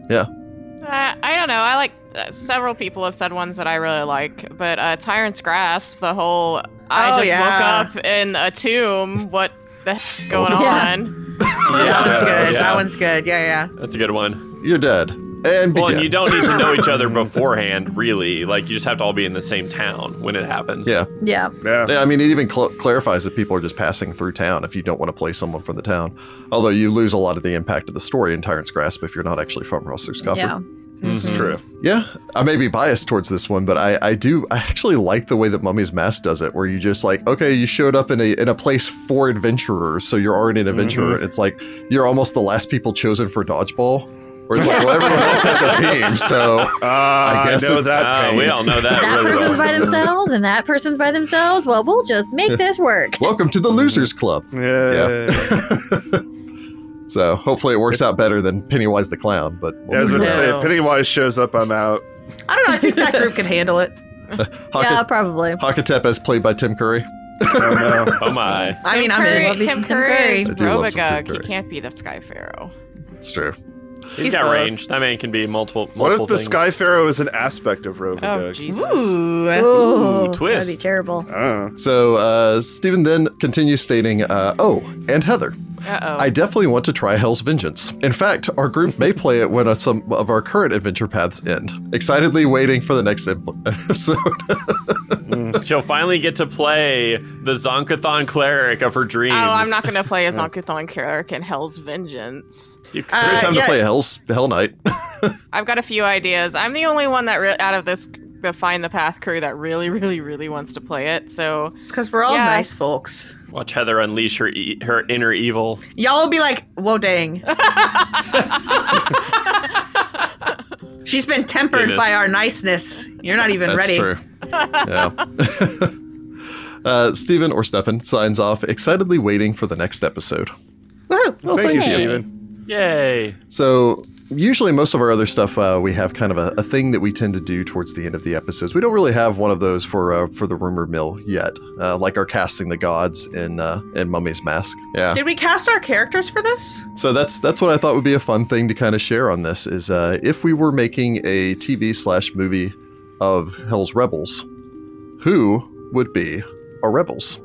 [SPEAKER 6] Uh, I don't know. I like uh, several people have said ones that I really like, but uh, Tyrant's Grasp, the whole I
[SPEAKER 3] Oh,
[SPEAKER 6] just
[SPEAKER 3] yeah.
[SPEAKER 6] woke up in a tomb. What the heck's going
[SPEAKER 2] Yeah.
[SPEAKER 6] on?
[SPEAKER 4] yeah
[SPEAKER 3] that one's good.
[SPEAKER 4] yeah.
[SPEAKER 3] That one's good. Yeah, yeah.
[SPEAKER 4] that's a good one.
[SPEAKER 1] You're dead. And
[SPEAKER 4] Well,
[SPEAKER 1] begin.
[SPEAKER 4] and you don't need to know each other beforehand, really. Like you just have to all be in the same town when it happens.
[SPEAKER 1] Yeah.
[SPEAKER 2] Yeah.
[SPEAKER 5] Yeah.
[SPEAKER 1] Yeah, I mean, it even cl- clarifies that people are just passing through town if you don't want to play someone from the town. Although you lose a lot of the impact of the story in Tyrant's Grasp if you're not actually from Rosser's Coffer.
[SPEAKER 2] Yeah.
[SPEAKER 4] Mm-hmm.
[SPEAKER 5] It's true.
[SPEAKER 1] Yeah, I may be biased towards this one, but I, I do I actually like the way that Mummy's Mask does it, where you just like, okay, you showed up in a in a place for adventurers, so you're already an adventurer. It's like you're almost the last people chosen for dodgeball, where it's like, well, everyone else has a team, so
[SPEAKER 5] Uh, I,
[SPEAKER 1] guess
[SPEAKER 5] know
[SPEAKER 1] it's-
[SPEAKER 5] that.
[SPEAKER 4] Ah,
[SPEAKER 5] pain.
[SPEAKER 4] we all know
[SPEAKER 2] that
[SPEAKER 4] that. really well.
[SPEAKER 2] person's by themselves and that person's by themselves. Well, we'll just make this work.
[SPEAKER 1] welcome to the losers club.
[SPEAKER 5] Yeah.
[SPEAKER 1] So hopefully it works out better than Pennywise the clown. But
[SPEAKER 5] I
[SPEAKER 1] figure
[SPEAKER 5] was going
[SPEAKER 1] it
[SPEAKER 5] to
[SPEAKER 1] out.
[SPEAKER 5] say,
[SPEAKER 6] No.
[SPEAKER 5] if Pennywise shows up, I'm out.
[SPEAKER 3] I don't know. I think that group could handle it.
[SPEAKER 1] Haka-
[SPEAKER 2] Yeah, probably.
[SPEAKER 1] Hakatep as played by Tim Curry.
[SPEAKER 5] Oh, no.
[SPEAKER 4] Oh my.
[SPEAKER 3] I mean, I'm
[SPEAKER 6] Curry,
[SPEAKER 3] in.
[SPEAKER 2] Love me
[SPEAKER 6] Tim
[SPEAKER 2] some Tim
[SPEAKER 6] Curry is
[SPEAKER 1] Curry. I do love some Tim
[SPEAKER 6] Robogug. He
[SPEAKER 1] Curry.
[SPEAKER 6] can't be the Sky Pharaoh.
[SPEAKER 1] It's true.
[SPEAKER 4] He's
[SPEAKER 3] He's
[SPEAKER 4] got
[SPEAKER 3] buff.
[SPEAKER 4] range. That man can be multiple. multiple
[SPEAKER 5] What if the
[SPEAKER 4] things.
[SPEAKER 5] Sky Pharaoh is an aspect of
[SPEAKER 6] Oh,
[SPEAKER 5] Rovagug?
[SPEAKER 6] Jesus.
[SPEAKER 3] Ooh.
[SPEAKER 2] Ooh,
[SPEAKER 4] twist.
[SPEAKER 2] That'd be terrible.
[SPEAKER 5] Oh,
[SPEAKER 1] So uh, Stephen then continues stating, uh, "Oh, and Heather,
[SPEAKER 6] Uh-oh.
[SPEAKER 1] I definitely want to try Hell's Vengeance. In fact, our group may play it when uh, some of our current adventure paths end. Excitedly waiting for the next im-
[SPEAKER 3] Uh,
[SPEAKER 1] episode.
[SPEAKER 4] She'll finally get to play the Zonkathon cleric of her dreams.
[SPEAKER 6] Oh, I'm not going to play as Zonkathon Cleric in Hell's Vengeance.
[SPEAKER 4] You c-
[SPEAKER 1] Great time
[SPEAKER 3] yeah.
[SPEAKER 1] to play Hell's Hell Night.
[SPEAKER 6] I've got a few ideas. I'm the only one that re- out of this the Find the Path crew that really, really, really wants to play it. So
[SPEAKER 3] Because we're all
[SPEAKER 6] Yes.
[SPEAKER 3] nice folks.
[SPEAKER 4] watch Heather unleash her e- her inner evil.
[SPEAKER 3] Y'all will be like, whoa, dang. She's been tempered
[SPEAKER 4] Penis.
[SPEAKER 3] by our niceness. You're not even
[SPEAKER 1] That's
[SPEAKER 3] ready.
[SPEAKER 1] true. Yeah. Uh, Stephen or Stefan signs off, excitedly waiting for the next episode.
[SPEAKER 3] Woohoo.
[SPEAKER 1] Well,
[SPEAKER 5] thank you,
[SPEAKER 2] thank you.
[SPEAKER 5] Steven.
[SPEAKER 4] Yay!
[SPEAKER 1] So usually most of our other stuff uh, we have kind of a, a thing that we tend to do towards the end of the episodes. We don't really have one of those for uh, for the rumor mill yet, uh, like our casting the gods in uh, in Mummy's Mask. Yeah.
[SPEAKER 3] Did we cast our characters for this?
[SPEAKER 1] So that's that's what I thought would be a fun thing to kind of share on this is uh, if we were making a TV slash movie of Hell's Rebels, who would be our rebels?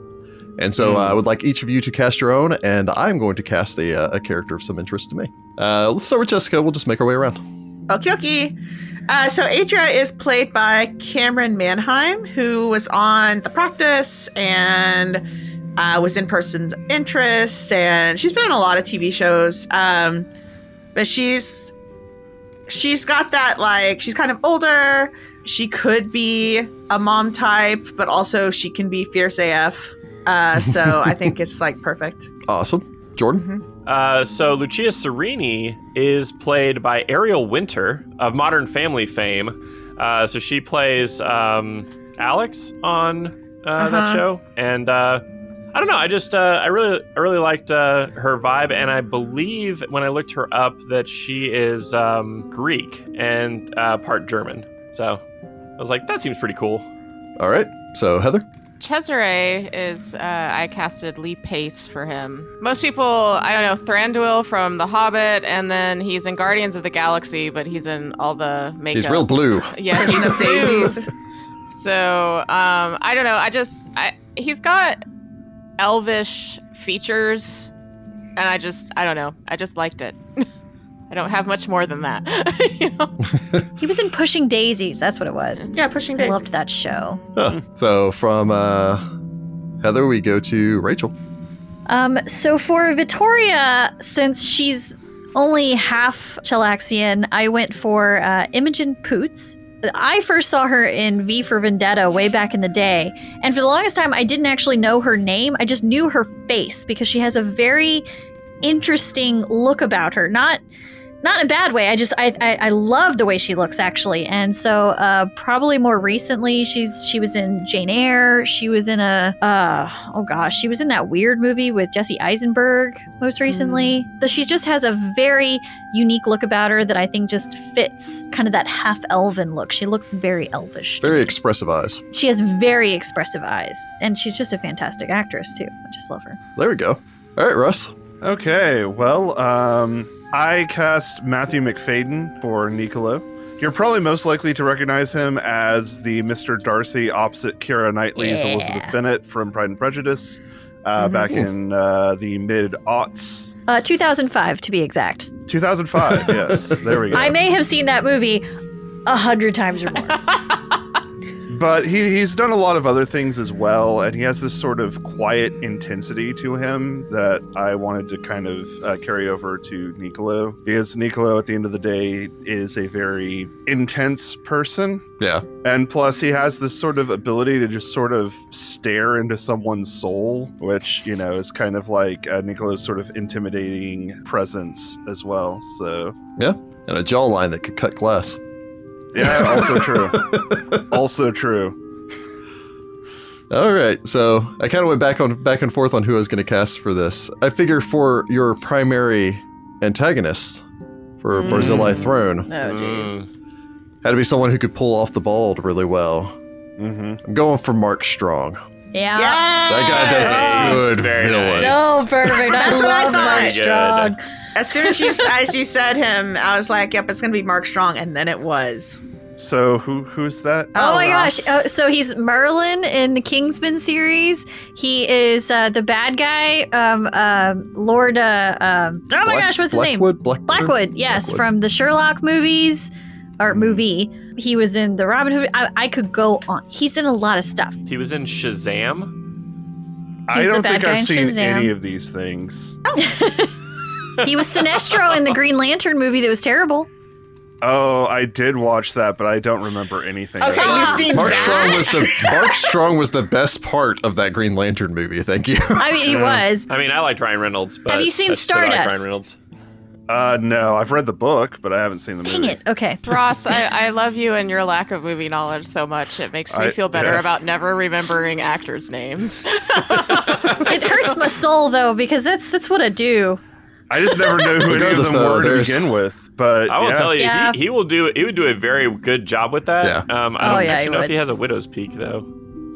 [SPEAKER 1] And so uh, I would like each of you to cast your own, and I'm going to cast a, uh, a character of some interest to me. Uh, let's start with Jessica. We'll just make our way around.
[SPEAKER 3] Okie dokie. Uh, so Adria is played by Cameron Manheim, who was on The Practice and uh, was in Person's Interest, and she's been in a lot of TV shows. Um, but she's she's got that like she's kind of older. She could be a mom type, but also she can be fierce AF. Uh, so I think it's like perfect.
[SPEAKER 1] Awesome, Jordan.
[SPEAKER 4] Uh, so Lucia Serini is played by Ariel Winter of Modern Family fame. Uh, so she plays um, Alex on uh, that
[SPEAKER 3] Uh-huh.
[SPEAKER 4] show, and uh, I don't know. I just uh, I really I really liked uh, her vibe, and I believe when I looked her up that she is um, Greek and uh, part German. So I was like, that seems pretty cool.
[SPEAKER 1] All right. So Heather.
[SPEAKER 6] Cesare is uh, I casted Lee Pace for him. Most people, I don't know, Thranduil from The Hobbit, and then he's in Guardians of the Galaxy, but he's in all the makeup.
[SPEAKER 1] He's real blue.
[SPEAKER 6] Yeah,
[SPEAKER 3] She's
[SPEAKER 6] he's
[SPEAKER 3] up
[SPEAKER 6] blue.
[SPEAKER 3] daisies.
[SPEAKER 6] So um, I don't know. I just I, he's got elvish features, and I just I don't know. I just liked it. I don't have much more than that. you know?
[SPEAKER 2] He was in Pushing Daisies. That's what it was.
[SPEAKER 3] Yeah, pushing
[SPEAKER 2] I
[SPEAKER 3] daisies.
[SPEAKER 2] loved that show.
[SPEAKER 1] So from uh, Heather, we go to Rachel.
[SPEAKER 2] Um, so for Vittoria, since she's only half Chalaxian, I went for uh, Imogen Poots. I first saw her in V for Vendetta way back in the day, and for the longest time, I didn't actually know her name. I just knew her face because she has a very interesting look about her. Not not in a bad way. I just I, I I love the way she looks actually, and so uh, probably more recently she's she was in Jane Eyre. She was in a uh, oh gosh, she was in that weird movie with Jesse Eisenberg most recently. So she just has a very unique look about her that I think just fits kind of that half elven look. She looks very elvish. to
[SPEAKER 1] Very
[SPEAKER 2] me.
[SPEAKER 1] expressive eyes.
[SPEAKER 2] she has very expressive eyes, and she's just a fantastic actress too. I just love her.
[SPEAKER 1] There we go. All right, Russ.
[SPEAKER 5] Okay, well, um, I cast Matthew McFadden for Niccolo. You're probably most likely to recognize him as the Mr. Darcy opposite Kira Knightley's
[SPEAKER 2] Yeah.
[SPEAKER 5] Elizabeth Bennett from Pride and Prejudice uh, back in uh, the mid aughts.
[SPEAKER 2] Uh, 2005 to be exact.
[SPEAKER 5] 2005, yes. There we go.
[SPEAKER 2] I may have seen that movie a hundred times or more.
[SPEAKER 5] but he, he's done a lot of other things as well, and he has this sort of quiet intensity to him that I wanted to kind of uh, carry over to Niccolo. Because Niccolo, at the end of the day, is a very intense person.
[SPEAKER 1] Yeah.
[SPEAKER 5] And plus, he has this sort of ability to just sort of stare into someone's soul, which, you know, is kind of like uh, Niccolo's sort of intimidating presence as well. So,
[SPEAKER 1] And a jawline that could cut glass.
[SPEAKER 5] yeah, also true. Also true.
[SPEAKER 1] All right, so I kind of went back on back and forth on who I was going to cast for this. I figure for your primary antagonist for
[SPEAKER 6] Mm.
[SPEAKER 1] Barzillai Throne
[SPEAKER 6] Oh, jeez.
[SPEAKER 1] had to be someone who could pull off the bald really well.
[SPEAKER 5] Mm-hmm.
[SPEAKER 1] I'm going for Mark Strong.
[SPEAKER 2] Yeah.
[SPEAKER 1] That guy does
[SPEAKER 3] Oh.
[SPEAKER 1] a
[SPEAKER 4] Yes.
[SPEAKER 1] good
[SPEAKER 4] Very
[SPEAKER 1] villain.
[SPEAKER 4] nice.
[SPEAKER 2] So perfect. I
[SPEAKER 3] That's what I
[SPEAKER 2] love Mark
[SPEAKER 4] thought.
[SPEAKER 2] Strong.
[SPEAKER 3] As soon as you as you said him, I was like, "Yep, it's gonna be Mark Strong," and then it was.
[SPEAKER 5] So, who who's that?
[SPEAKER 2] Oh, my
[SPEAKER 3] Ross.
[SPEAKER 2] gosh. Oh, so he's Merlin in the Kingsman series. He is uh, the bad guy, um, um Lord. Uh, um, oh, my
[SPEAKER 1] Black-
[SPEAKER 2] gosh, what's his name?
[SPEAKER 1] Blackwood, Blackwood.
[SPEAKER 2] Blackwood, yes,
[SPEAKER 1] Blackwood.
[SPEAKER 2] from the Sherlock movies or movie. He was in the Robin Hood. I, I could go on. He's in a lot of stuff.
[SPEAKER 4] He was in Shazam.
[SPEAKER 5] I
[SPEAKER 2] He's the
[SPEAKER 5] don't
[SPEAKER 2] bad
[SPEAKER 5] think
[SPEAKER 2] guy
[SPEAKER 5] I've
[SPEAKER 2] in
[SPEAKER 5] seen
[SPEAKER 2] Shazam.
[SPEAKER 5] any of these things.
[SPEAKER 2] He was Sinestro in the Green Lantern movie that was terrible.
[SPEAKER 5] Oh, I did watch that, but I don't remember anything.
[SPEAKER 3] Okay,
[SPEAKER 5] about
[SPEAKER 3] you've
[SPEAKER 5] it.
[SPEAKER 3] seen
[SPEAKER 1] Mark
[SPEAKER 3] that.
[SPEAKER 1] Strong was the Mark Strong was the best part of that Green Lantern movie. Thank you.
[SPEAKER 2] I mean, he was.
[SPEAKER 4] I mean, I liked Ryan Reynolds, but
[SPEAKER 2] Have you seen
[SPEAKER 4] I still like
[SPEAKER 2] Stardust?
[SPEAKER 4] Ryan Reynolds.
[SPEAKER 5] Uh, no, I've read the book, but I haven't seen the
[SPEAKER 2] Dang
[SPEAKER 5] movie.
[SPEAKER 2] it. Okay.
[SPEAKER 6] Ross, I, I love you and your lack of movie knowledge so much. It makes me
[SPEAKER 5] I-
[SPEAKER 6] feel better
[SPEAKER 5] yeah.
[SPEAKER 6] about never remembering actors' names.
[SPEAKER 2] It hurts my soul though because that's that's what I do.
[SPEAKER 5] I just never knew who any of
[SPEAKER 1] Regardless,
[SPEAKER 5] them
[SPEAKER 1] though,
[SPEAKER 5] were to
[SPEAKER 1] there's-
[SPEAKER 5] begin with. But
[SPEAKER 4] I will
[SPEAKER 5] yeah.
[SPEAKER 4] tell you,
[SPEAKER 2] Yeah.
[SPEAKER 4] he, he will do. He would do a very good job with that.
[SPEAKER 1] Yeah.
[SPEAKER 4] Um, I
[SPEAKER 2] Oh,
[SPEAKER 4] don't
[SPEAKER 2] yeah, he
[SPEAKER 4] actually know if
[SPEAKER 2] would.
[SPEAKER 4] he has a widow's peak though.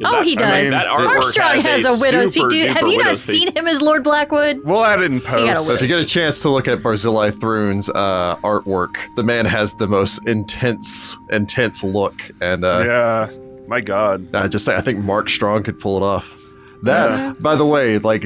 [SPEAKER 4] 'Cause
[SPEAKER 2] Oh,
[SPEAKER 4] that-
[SPEAKER 2] he does.
[SPEAKER 5] I mean,
[SPEAKER 4] that artwork
[SPEAKER 2] Armstrong has, a widow's peak.
[SPEAKER 4] super
[SPEAKER 2] Dude, have
[SPEAKER 4] duper
[SPEAKER 2] you not
[SPEAKER 4] widow's peak.
[SPEAKER 2] seen him as Lord Blackwood?
[SPEAKER 5] We'll add it in post.
[SPEAKER 1] So if you get a chance to look at Barzillai Throon's uh, artwork, the man has the most intense, intense look, and uh,
[SPEAKER 5] yeah. My God.
[SPEAKER 1] I just I think Mark Strong could pull it off. That,
[SPEAKER 5] Yeah.
[SPEAKER 1] by the way, like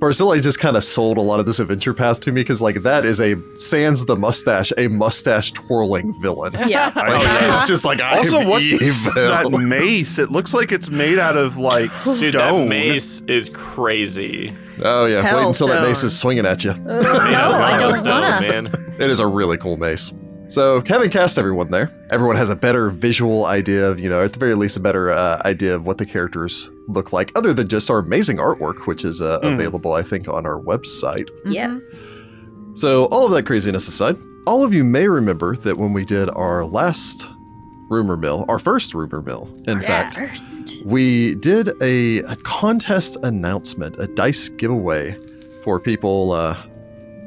[SPEAKER 1] Barzillai just kind of sold a lot of this adventure path to me because like that is a sans the mustache, a mustache twirling villain. Like,
[SPEAKER 2] Oh, Yeah.
[SPEAKER 5] I-
[SPEAKER 1] It's just like I'm
[SPEAKER 5] Also, what
[SPEAKER 1] evil.
[SPEAKER 5] is that mace? It looks like it's made out of like stone.
[SPEAKER 4] Dude, that mace is crazy.
[SPEAKER 1] Oh yeah, wait until that
[SPEAKER 3] Hellstone.
[SPEAKER 1] mace is swinging at you.
[SPEAKER 2] no,
[SPEAKER 4] Man,
[SPEAKER 2] I don't
[SPEAKER 4] Stone,
[SPEAKER 2] wanna.
[SPEAKER 4] Man.
[SPEAKER 1] It is a really cool mace. So Kevin cast everyone there. Everyone has a better visual idea of, you know, at the very least, a better uh, idea of what the characters look like, other than just our amazing artwork, which is uh,
[SPEAKER 5] Mm.
[SPEAKER 1] available, I think, on our website.
[SPEAKER 2] Yes.
[SPEAKER 1] So all of that craziness aside, all of you may remember that when we did our last rumor mill, our first rumor mill, in fact,
[SPEAKER 2] First.
[SPEAKER 1] we did a, a contest announcement, a dice giveaway for people, uh,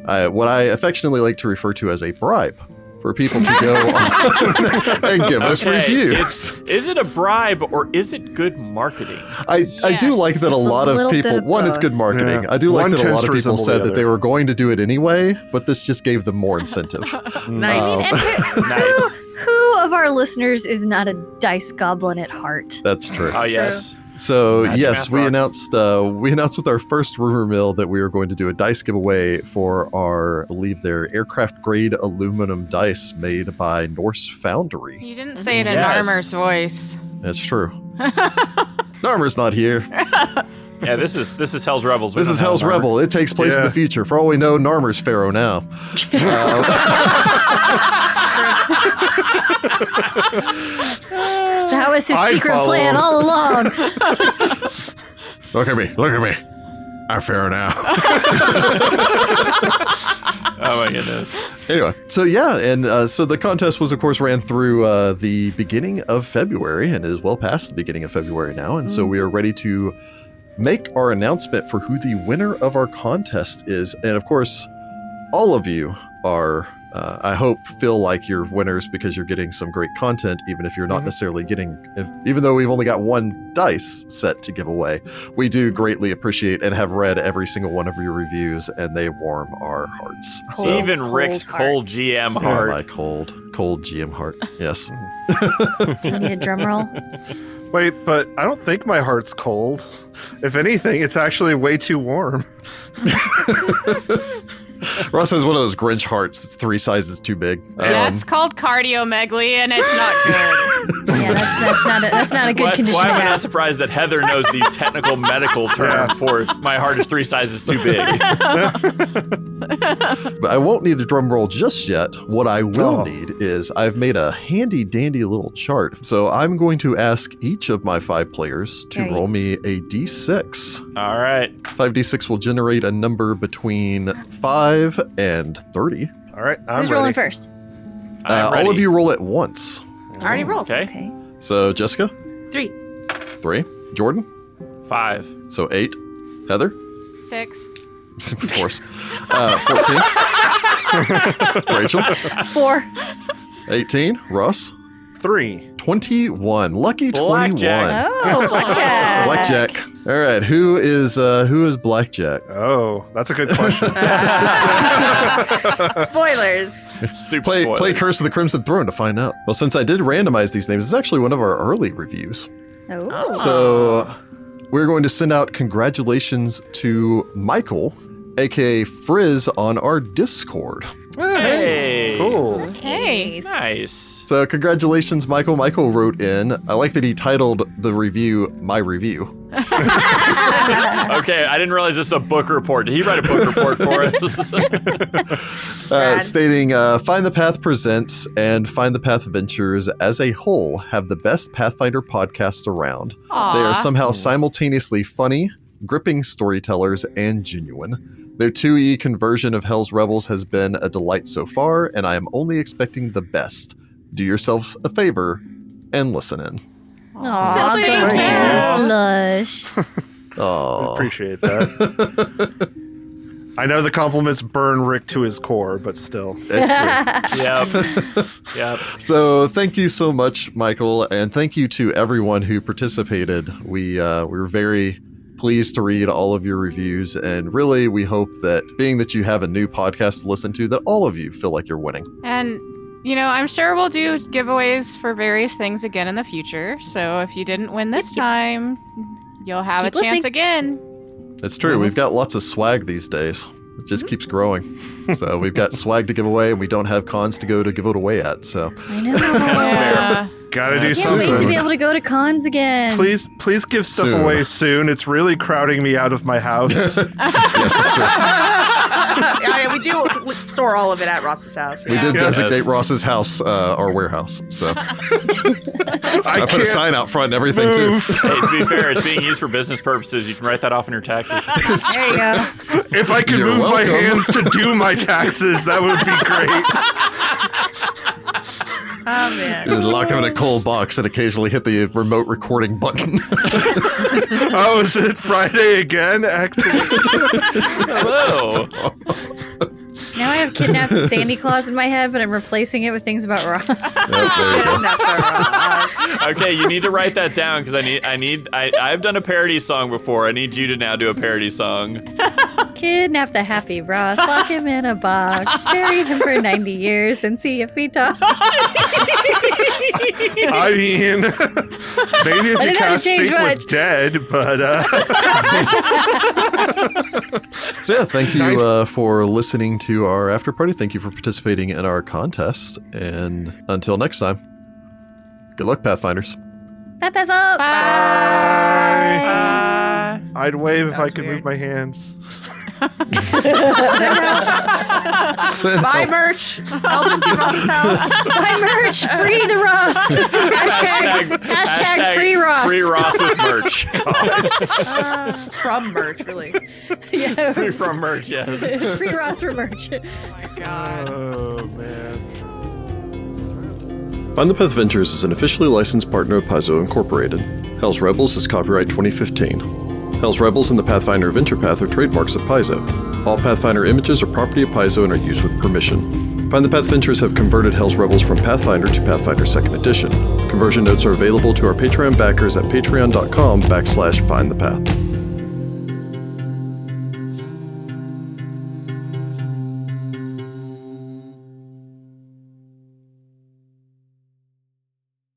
[SPEAKER 1] I, what I affectionately like to refer to as a bribe, for people to go on and give us
[SPEAKER 4] Okay,
[SPEAKER 1] reviews.
[SPEAKER 4] Is it a bribe or is it good marketing?
[SPEAKER 1] I, I do like that a
[SPEAKER 2] Yes.
[SPEAKER 1] lot
[SPEAKER 2] A
[SPEAKER 1] of
[SPEAKER 2] little
[SPEAKER 1] people,
[SPEAKER 2] bit of
[SPEAKER 1] one, it's
[SPEAKER 2] both.
[SPEAKER 1] good marketing.
[SPEAKER 5] Yeah.
[SPEAKER 1] I do like
[SPEAKER 5] One
[SPEAKER 1] that a
[SPEAKER 5] tends
[SPEAKER 1] lot
[SPEAKER 5] to
[SPEAKER 1] of people
[SPEAKER 5] resemble the
[SPEAKER 1] said that
[SPEAKER 5] other.
[SPEAKER 1] they were going to do it anyway, but this just gave them more incentive.
[SPEAKER 4] Oh.
[SPEAKER 3] Nice.
[SPEAKER 1] Um,
[SPEAKER 2] And who,
[SPEAKER 4] Nice.
[SPEAKER 2] who of our listeners is not a dice goblin at heart?
[SPEAKER 1] That's true.
[SPEAKER 4] Oh yes.
[SPEAKER 1] So
[SPEAKER 4] Magic
[SPEAKER 1] yes,
[SPEAKER 4] math
[SPEAKER 1] we
[SPEAKER 4] rocks.
[SPEAKER 1] announced uh, we announced with our first rumor mill that we were going to do a dice giveaway for our, I believe, their aircraft grade aluminum dice made by Norse Foundry.
[SPEAKER 6] you didn't say it in
[SPEAKER 4] Yes.
[SPEAKER 6] Armor's voice.
[SPEAKER 1] That's true. Narmer's not here.
[SPEAKER 4] Yeah, this is this is Hell's Rebels. We
[SPEAKER 1] This
[SPEAKER 4] don't
[SPEAKER 1] is
[SPEAKER 4] have
[SPEAKER 1] Hell's
[SPEAKER 4] armor.
[SPEAKER 1] Rebel. It takes place in
[SPEAKER 5] Yeah.
[SPEAKER 1] the future. For all we know, Narmer's Pharaoh now. Uh,
[SPEAKER 2] That was his
[SPEAKER 5] I
[SPEAKER 2] secret
[SPEAKER 5] follow.
[SPEAKER 2] plan all along.
[SPEAKER 1] Look at me. Look at me. I'm Pharaoh now.
[SPEAKER 4] Oh my goodness.
[SPEAKER 1] anyway, so yeah, and uh, so the contest was, of course, ran through uh, the beginning of February, and it is well past the beginning of February now, and so we are ready to make our announcement for who the winner of our contest is, and of course, all of you are. Uh, I hope feel like you're winners because you're getting some great content, even if you're not
[SPEAKER 5] Mhm.
[SPEAKER 1] necessarily getting. If, even though we've only got one dice set to give away, we do greatly appreciate and have read every single one of your reviews, and they warm our hearts.
[SPEAKER 2] Cold,
[SPEAKER 4] Even
[SPEAKER 2] cold
[SPEAKER 4] Rick's cold
[SPEAKER 2] hearts.
[SPEAKER 4] GM
[SPEAKER 1] Oh,
[SPEAKER 4] heart.
[SPEAKER 1] my cold, cold GM heart. Yes.
[SPEAKER 2] Do we need a drum roll?
[SPEAKER 5] Wait, but I don't think my heart's cold. If anything, it's actually way too warm.
[SPEAKER 1] Russ has one of those Grinch hearts that's three sizes too big.
[SPEAKER 4] Oh.
[SPEAKER 1] Um,
[SPEAKER 6] That's called cardiomegaly, and it's not good.
[SPEAKER 2] Yeah, that's, that's not a, that's not a good
[SPEAKER 4] Why,
[SPEAKER 2] condition
[SPEAKER 4] why
[SPEAKER 2] to
[SPEAKER 4] am I not
[SPEAKER 2] have.
[SPEAKER 4] surprised that Heather knows the technical medical term for my heart is three sizes too big?
[SPEAKER 1] But I won't need a drum roll just yet. What I will
[SPEAKER 5] Oh.
[SPEAKER 1] need is I've made a handy dandy little chart. So I'm going to ask each of my five players to
[SPEAKER 2] Right.
[SPEAKER 1] roll me a d6.
[SPEAKER 4] All right.
[SPEAKER 1] 5d6 will generate a number between 5 and 30.
[SPEAKER 5] All right, I'm
[SPEAKER 2] Who's
[SPEAKER 5] ready.
[SPEAKER 2] rolling first?
[SPEAKER 4] I'm
[SPEAKER 1] Uh, all of
[SPEAKER 4] ready.
[SPEAKER 1] you roll at once.
[SPEAKER 3] I already rolled.
[SPEAKER 4] Okay.
[SPEAKER 2] Okay.
[SPEAKER 1] So Jessica,
[SPEAKER 3] Three.
[SPEAKER 1] 3. Jordan,
[SPEAKER 4] Five.
[SPEAKER 1] so 8. Heather,
[SPEAKER 6] Six.
[SPEAKER 1] of course, uh, 14. Rachel,
[SPEAKER 2] Four.
[SPEAKER 1] 18. Russ,
[SPEAKER 5] Three.
[SPEAKER 1] 21. Lucky 21.
[SPEAKER 4] Blackjack.
[SPEAKER 2] Oh, blackjack.
[SPEAKER 1] Blackjack. All right, who is uh who is Blackjack?
[SPEAKER 5] Oh, that's a good question.
[SPEAKER 3] Spoilers.
[SPEAKER 4] Super
[SPEAKER 1] Play
[SPEAKER 4] spoilers.
[SPEAKER 1] play Curse of the Crimson Throne to find out. Well, since I did randomize these names, it's actually one of our early reviews.
[SPEAKER 2] Oh.
[SPEAKER 1] So we're going to send out congratulations to Michael, aka Frizz, on our Discord.
[SPEAKER 4] Hey.
[SPEAKER 5] Cool.
[SPEAKER 6] Hey.
[SPEAKER 4] Nice.
[SPEAKER 1] So congratulations, Michael. Michael wrote in. I like that he titled the review "My Review."
[SPEAKER 4] Okay, I didn't realize this was a book report. Did he write a book report for us?
[SPEAKER 1] uh,
[SPEAKER 3] Rad.
[SPEAKER 1] stating uh, Find the Path presents and Find the Path Ventures as a whole have the best Pathfinder podcasts around. They are somehow simultaneously funny, gripping storytellers, and genuine. Their 2E conversion of Hell's Rebels has been a delight so far, and I am only expecting the best. Do yourself a favor and listen in.
[SPEAKER 2] Aw,
[SPEAKER 3] Celebrating
[SPEAKER 2] thank you.
[SPEAKER 3] cats.
[SPEAKER 2] Lush.
[SPEAKER 1] Oh,
[SPEAKER 5] Appreciate that. I know the compliments burn Rick to his core, but still.
[SPEAKER 4] yep. Yep.
[SPEAKER 1] so thank you so much, Michael, and thank you to everyone who participated. We uh, we were very pleased to read all of your reviews, and really, we hope that being that you have a new podcast to listen to, that all of you feel like you're winning.
[SPEAKER 6] And you know, I'm sure we'll do giveaways for various things again in the future. So if you didn't win this time, you'll have
[SPEAKER 2] Keep
[SPEAKER 6] a chance
[SPEAKER 2] listening.
[SPEAKER 6] again.
[SPEAKER 1] It's
[SPEAKER 5] Mm-hmm.
[SPEAKER 1] true. We've got lots of swag these days. It just keeps growing. So we've got swag to give away, and we don't have cons to go to give it away at. So
[SPEAKER 2] I know.
[SPEAKER 6] Yeah.
[SPEAKER 5] Gotta do
[SPEAKER 4] Can't
[SPEAKER 2] Can't wait to
[SPEAKER 5] something.
[SPEAKER 2] be able to go to cons again.
[SPEAKER 5] Please, please give stuff
[SPEAKER 1] Soon.
[SPEAKER 5] away soon. It's really crowding me out of my house.
[SPEAKER 1] yes, it's true.
[SPEAKER 3] yeah, yeah, we do we store all of it at Ross's house.
[SPEAKER 1] We
[SPEAKER 3] yeah.
[SPEAKER 1] did
[SPEAKER 5] Yeah.
[SPEAKER 1] designate Ross's house, uh, our warehouse. So
[SPEAKER 5] I,
[SPEAKER 1] I put a
[SPEAKER 5] can't-
[SPEAKER 1] sign out front and everything too.
[SPEAKER 4] Hey, to be fair, it's being used for business purposes. You can write that off in your taxes.
[SPEAKER 2] There you go.
[SPEAKER 5] If I could
[SPEAKER 1] You're
[SPEAKER 5] move
[SPEAKER 1] welcome.
[SPEAKER 5] my hands to do my taxes, that would be great.
[SPEAKER 3] Oh man.
[SPEAKER 1] Just lock him in a cold box and occasionally hit the remote recording button.
[SPEAKER 5] Oh, is it Friday again? Excellent.
[SPEAKER 4] Hello.
[SPEAKER 2] Now I have kidnapped Sandy Claus in my head, but I'm replacing it with things about Ross.
[SPEAKER 3] Not for Ross.
[SPEAKER 4] Okay, you need to write that down because I need, I need, I, I've done a parody song before. I need you to now do a parody song.
[SPEAKER 2] Kidnap the happy Ross, lock him in a box, bury him for 90 years, and see if he talks.
[SPEAKER 5] I mean, maybe if
[SPEAKER 2] I didn't have
[SPEAKER 5] you
[SPEAKER 2] to
[SPEAKER 5] cast
[SPEAKER 2] change
[SPEAKER 5] Speak
[SPEAKER 2] much.
[SPEAKER 5] with Dead, but uh,
[SPEAKER 1] so yeah, thank you uh, for listening to our after party. Thank you for participating in our contest. And until next time, good luck, Pathfinders.
[SPEAKER 2] Bye, bye, folks.
[SPEAKER 5] I'd wave if
[SPEAKER 3] That
[SPEAKER 5] I
[SPEAKER 3] was
[SPEAKER 5] could
[SPEAKER 3] weird.
[SPEAKER 5] move my hands.
[SPEAKER 3] uh, Buy merch. Help him get Ross's house.
[SPEAKER 2] Buy merch. Free the Ross. hashtag, hashtag, free Ross.
[SPEAKER 4] Free Ross with merch.
[SPEAKER 3] From merch, really.
[SPEAKER 2] Yeah,
[SPEAKER 4] free from merch, yes.
[SPEAKER 2] free Ross for merch.
[SPEAKER 6] Oh my god.
[SPEAKER 5] Oh, man.
[SPEAKER 1] Find the Path Ventures is an officially licensed partner of Paizo Incorporated. Hell's Rebels is copyright 2015. Hell's Rebels and the Pathfinder Adventure Path are trademarks of Paizo. All Pathfinder images are property of Paizo and are used with permission. Find the Path Ventures have converted Hell's Rebels from Pathfinder to Pathfinder 2nd Edition. Conversion notes are available to our Patreon backers at patreon.com backslash find the path.